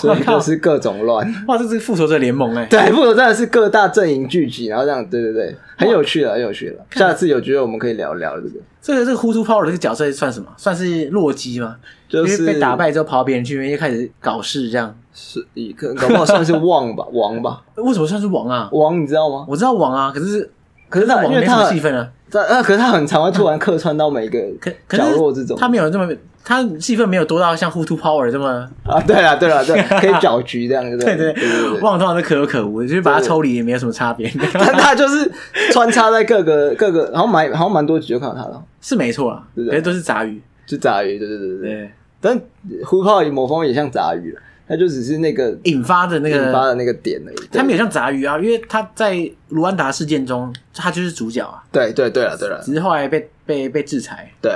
Speaker 2: 所以
Speaker 3: 哇靠
Speaker 2: 就是各种乱。
Speaker 3: 哇，这是复仇者联盟哎、
Speaker 2: 对，复仇战是各大阵营聚集，然后这样，对对对，很有趣了，很有趣了。下次有机会我们可以聊聊这个，
Speaker 3: 这个这个糊涂 power 这个角色算什么？算是洛基吗？
Speaker 2: 就
Speaker 3: 因
Speaker 2: 是
Speaker 3: 为被打败之后跑到别人去，又开始搞事这样。
Speaker 2: 是一个，搞不好算是旺吧， 王吧，
Speaker 3: 为什么算是王啊？
Speaker 2: 王你知道吗？
Speaker 3: 我知道王啊，可是
Speaker 2: 可是他
Speaker 3: 王
Speaker 2: 呃因为
Speaker 3: 没什么
Speaker 2: 他
Speaker 3: 戏份啊。
Speaker 2: 他呃，可是他很常会突然客串到每一个
Speaker 3: 可可是
Speaker 2: 角落这种
Speaker 3: 他没有这么，他戏份没有多到像 Who to Power 这么，
Speaker 2: 啊，对了对了对， 可以搅局这样，对
Speaker 3: 对
Speaker 2: 对
Speaker 3: 对
Speaker 2: 对
Speaker 3: 对，。旺通常是可有可无，就是把它抽离也没有什么差别，
Speaker 2: 但他就是穿插在各个 各个，好像蛮好像蛮多集就看到他了，
Speaker 3: 是没错啊，
Speaker 2: 对
Speaker 3: 可
Speaker 2: 对
Speaker 3: 是都是杂鱼，
Speaker 2: 就杂鱼，对对对对。
Speaker 3: 对，
Speaker 2: 但虎炮某方面也像杂鱼了，他就只是那个
Speaker 3: 引发的那
Speaker 2: 引发
Speaker 3: 个，
Speaker 2: 的那个点而已。
Speaker 3: 他没
Speaker 2: 们
Speaker 3: 有像杂鱼啊，因为他在卢安达事件中，他就是主角啊，
Speaker 2: 对对对了对了
Speaker 3: 只是后来被被被制裁，
Speaker 2: 对，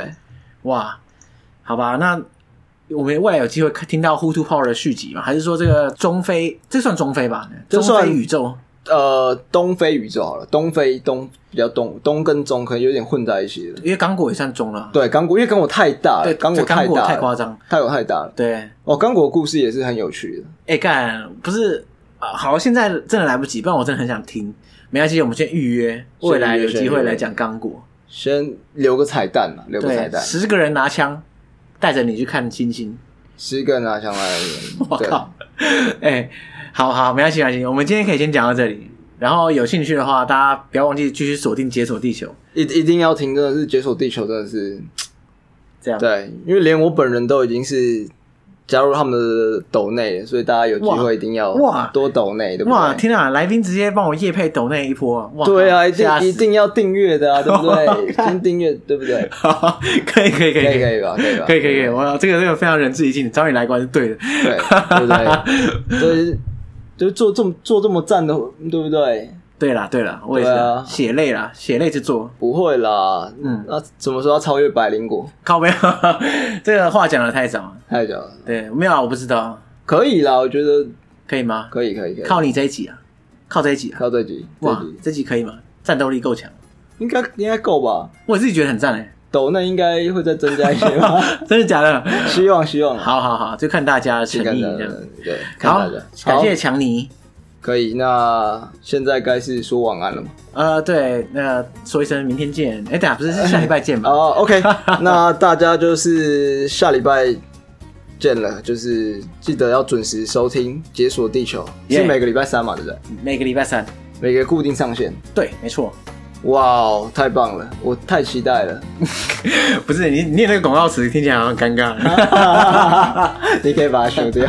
Speaker 3: 哇，好吧，那。我们未来有机会看听到《Who to Power》的续集吗？还是说这个中非，这算中非吧？
Speaker 2: 这
Speaker 3: 中
Speaker 2: 算
Speaker 3: 非宇宙
Speaker 2: 呃，东非宇宙好了，东非东比较东东跟中可能有点混在一起了。
Speaker 3: 因为刚果也算中了，
Speaker 2: 对，刚果因为刚果太大了，
Speaker 3: 对，
Speaker 2: 刚果
Speaker 3: 就
Speaker 2: 太
Speaker 3: 刚果
Speaker 2: 大
Speaker 3: 太
Speaker 2: 了，
Speaker 3: 夸张，
Speaker 2: 泰国太大了。
Speaker 3: 对，
Speaker 2: 哦，刚果故事也是很有趣的。
Speaker 3: 哎、干，不是啊，好，现在真的来不及，不然我真的很想听。没关系，我们先预约，未来有机会来讲刚果。
Speaker 2: 先留个彩蛋嘛，留个彩
Speaker 3: 对，
Speaker 2: 蛋，
Speaker 3: 十个人拿枪带着你去看星星，
Speaker 2: 十个人拿枪来
Speaker 3: 我
Speaker 2: 的人，对，
Speaker 3: 靠！ 哎、好好，没关系，没关系，我们今天可以先讲到这里。然后有兴趣的话，大家不要忘记继续锁定《解锁地球》，
Speaker 2: 一一定要听，真的是解锁地球，真的是
Speaker 3: 这样。
Speaker 2: 对，因为连我本人都已经是加入他们的抖内了，所以大家有机
Speaker 3: 哇
Speaker 2: 会一定要
Speaker 3: 哇
Speaker 2: 多抖内，对不
Speaker 3: 哇，
Speaker 2: 对？
Speaker 3: 天啊！来宾直接帮我夜配抖那一波，哇！
Speaker 2: 对啊，一
Speaker 3: 吓
Speaker 2: 定
Speaker 3: 死
Speaker 2: 一。定要订阅的啊，对不对？ 先订阅，对不对？
Speaker 3: 好， 可以可以可以
Speaker 2: 可以可以吧，可以吧，
Speaker 3: 可以可以可以，我这个这个非常仁至义尽，找你来过来是对的。
Speaker 2: 对对不 对？就是就是做这么做这么赞的，对不对？
Speaker 3: 对啦，对啦，我也是、
Speaker 2: 对啊
Speaker 3: 血泪啦，血泪之作，
Speaker 2: 不会啦，
Speaker 3: 嗯
Speaker 2: 那怎么说要超越百灵果？
Speaker 3: 靠背，啊 这个话讲的太早了。
Speaker 2: 太屌了，
Speaker 3: 对，没有啊，我不知道，
Speaker 2: 可以啦，我觉得
Speaker 3: 可以吗？
Speaker 2: 可以可以可以，
Speaker 3: 靠你这一集啊，靠这一集啊，
Speaker 2: 靠这集，这
Speaker 3: 哇
Speaker 2: 集，
Speaker 3: 这集可以吗？战斗力够强，
Speaker 2: 应该应该够吧？
Speaker 3: 我自己觉得很赞哎、
Speaker 2: 抖那应该会再增加一些吧？
Speaker 3: 真的假的？
Speaker 2: 希望希望，
Speaker 3: 好好好，就看大家的诚
Speaker 2: 谢谢
Speaker 3: 意
Speaker 2: 大
Speaker 3: 这
Speaker 2: 家
Speaker 3: 样。
Speaker 2: 对，看
Speaker 3: 好
Speaker 2: 大家，
Speaker 3: 感谢
Speaker 2: 好
Speaker 3: 强尼。
Speaker 2: 可以。那现在该是说晚安了吗？
Speaker 3: 呃，对，那说一声明天见。哎、等一下不是是下礼拜见吧？
Speaker 2: 哦，OK，那大家就是下礼拜见了，就是记得要准时收听《解锁地球》，是
Speaker 3: Yeah
Speaker 2: 每个礼拜三嘛，对不对？
Speaker 3: 每个礼拜三。
Speaker 2: 每个固定上线。
Speaker 3: 对，没错。
Speaker 2: 哇哦，太棒了，我太期待了。
Speaker 3: 不是你你念那个广告词听起来好像很尴尬。
Speaker 2: 你可以把它修掉。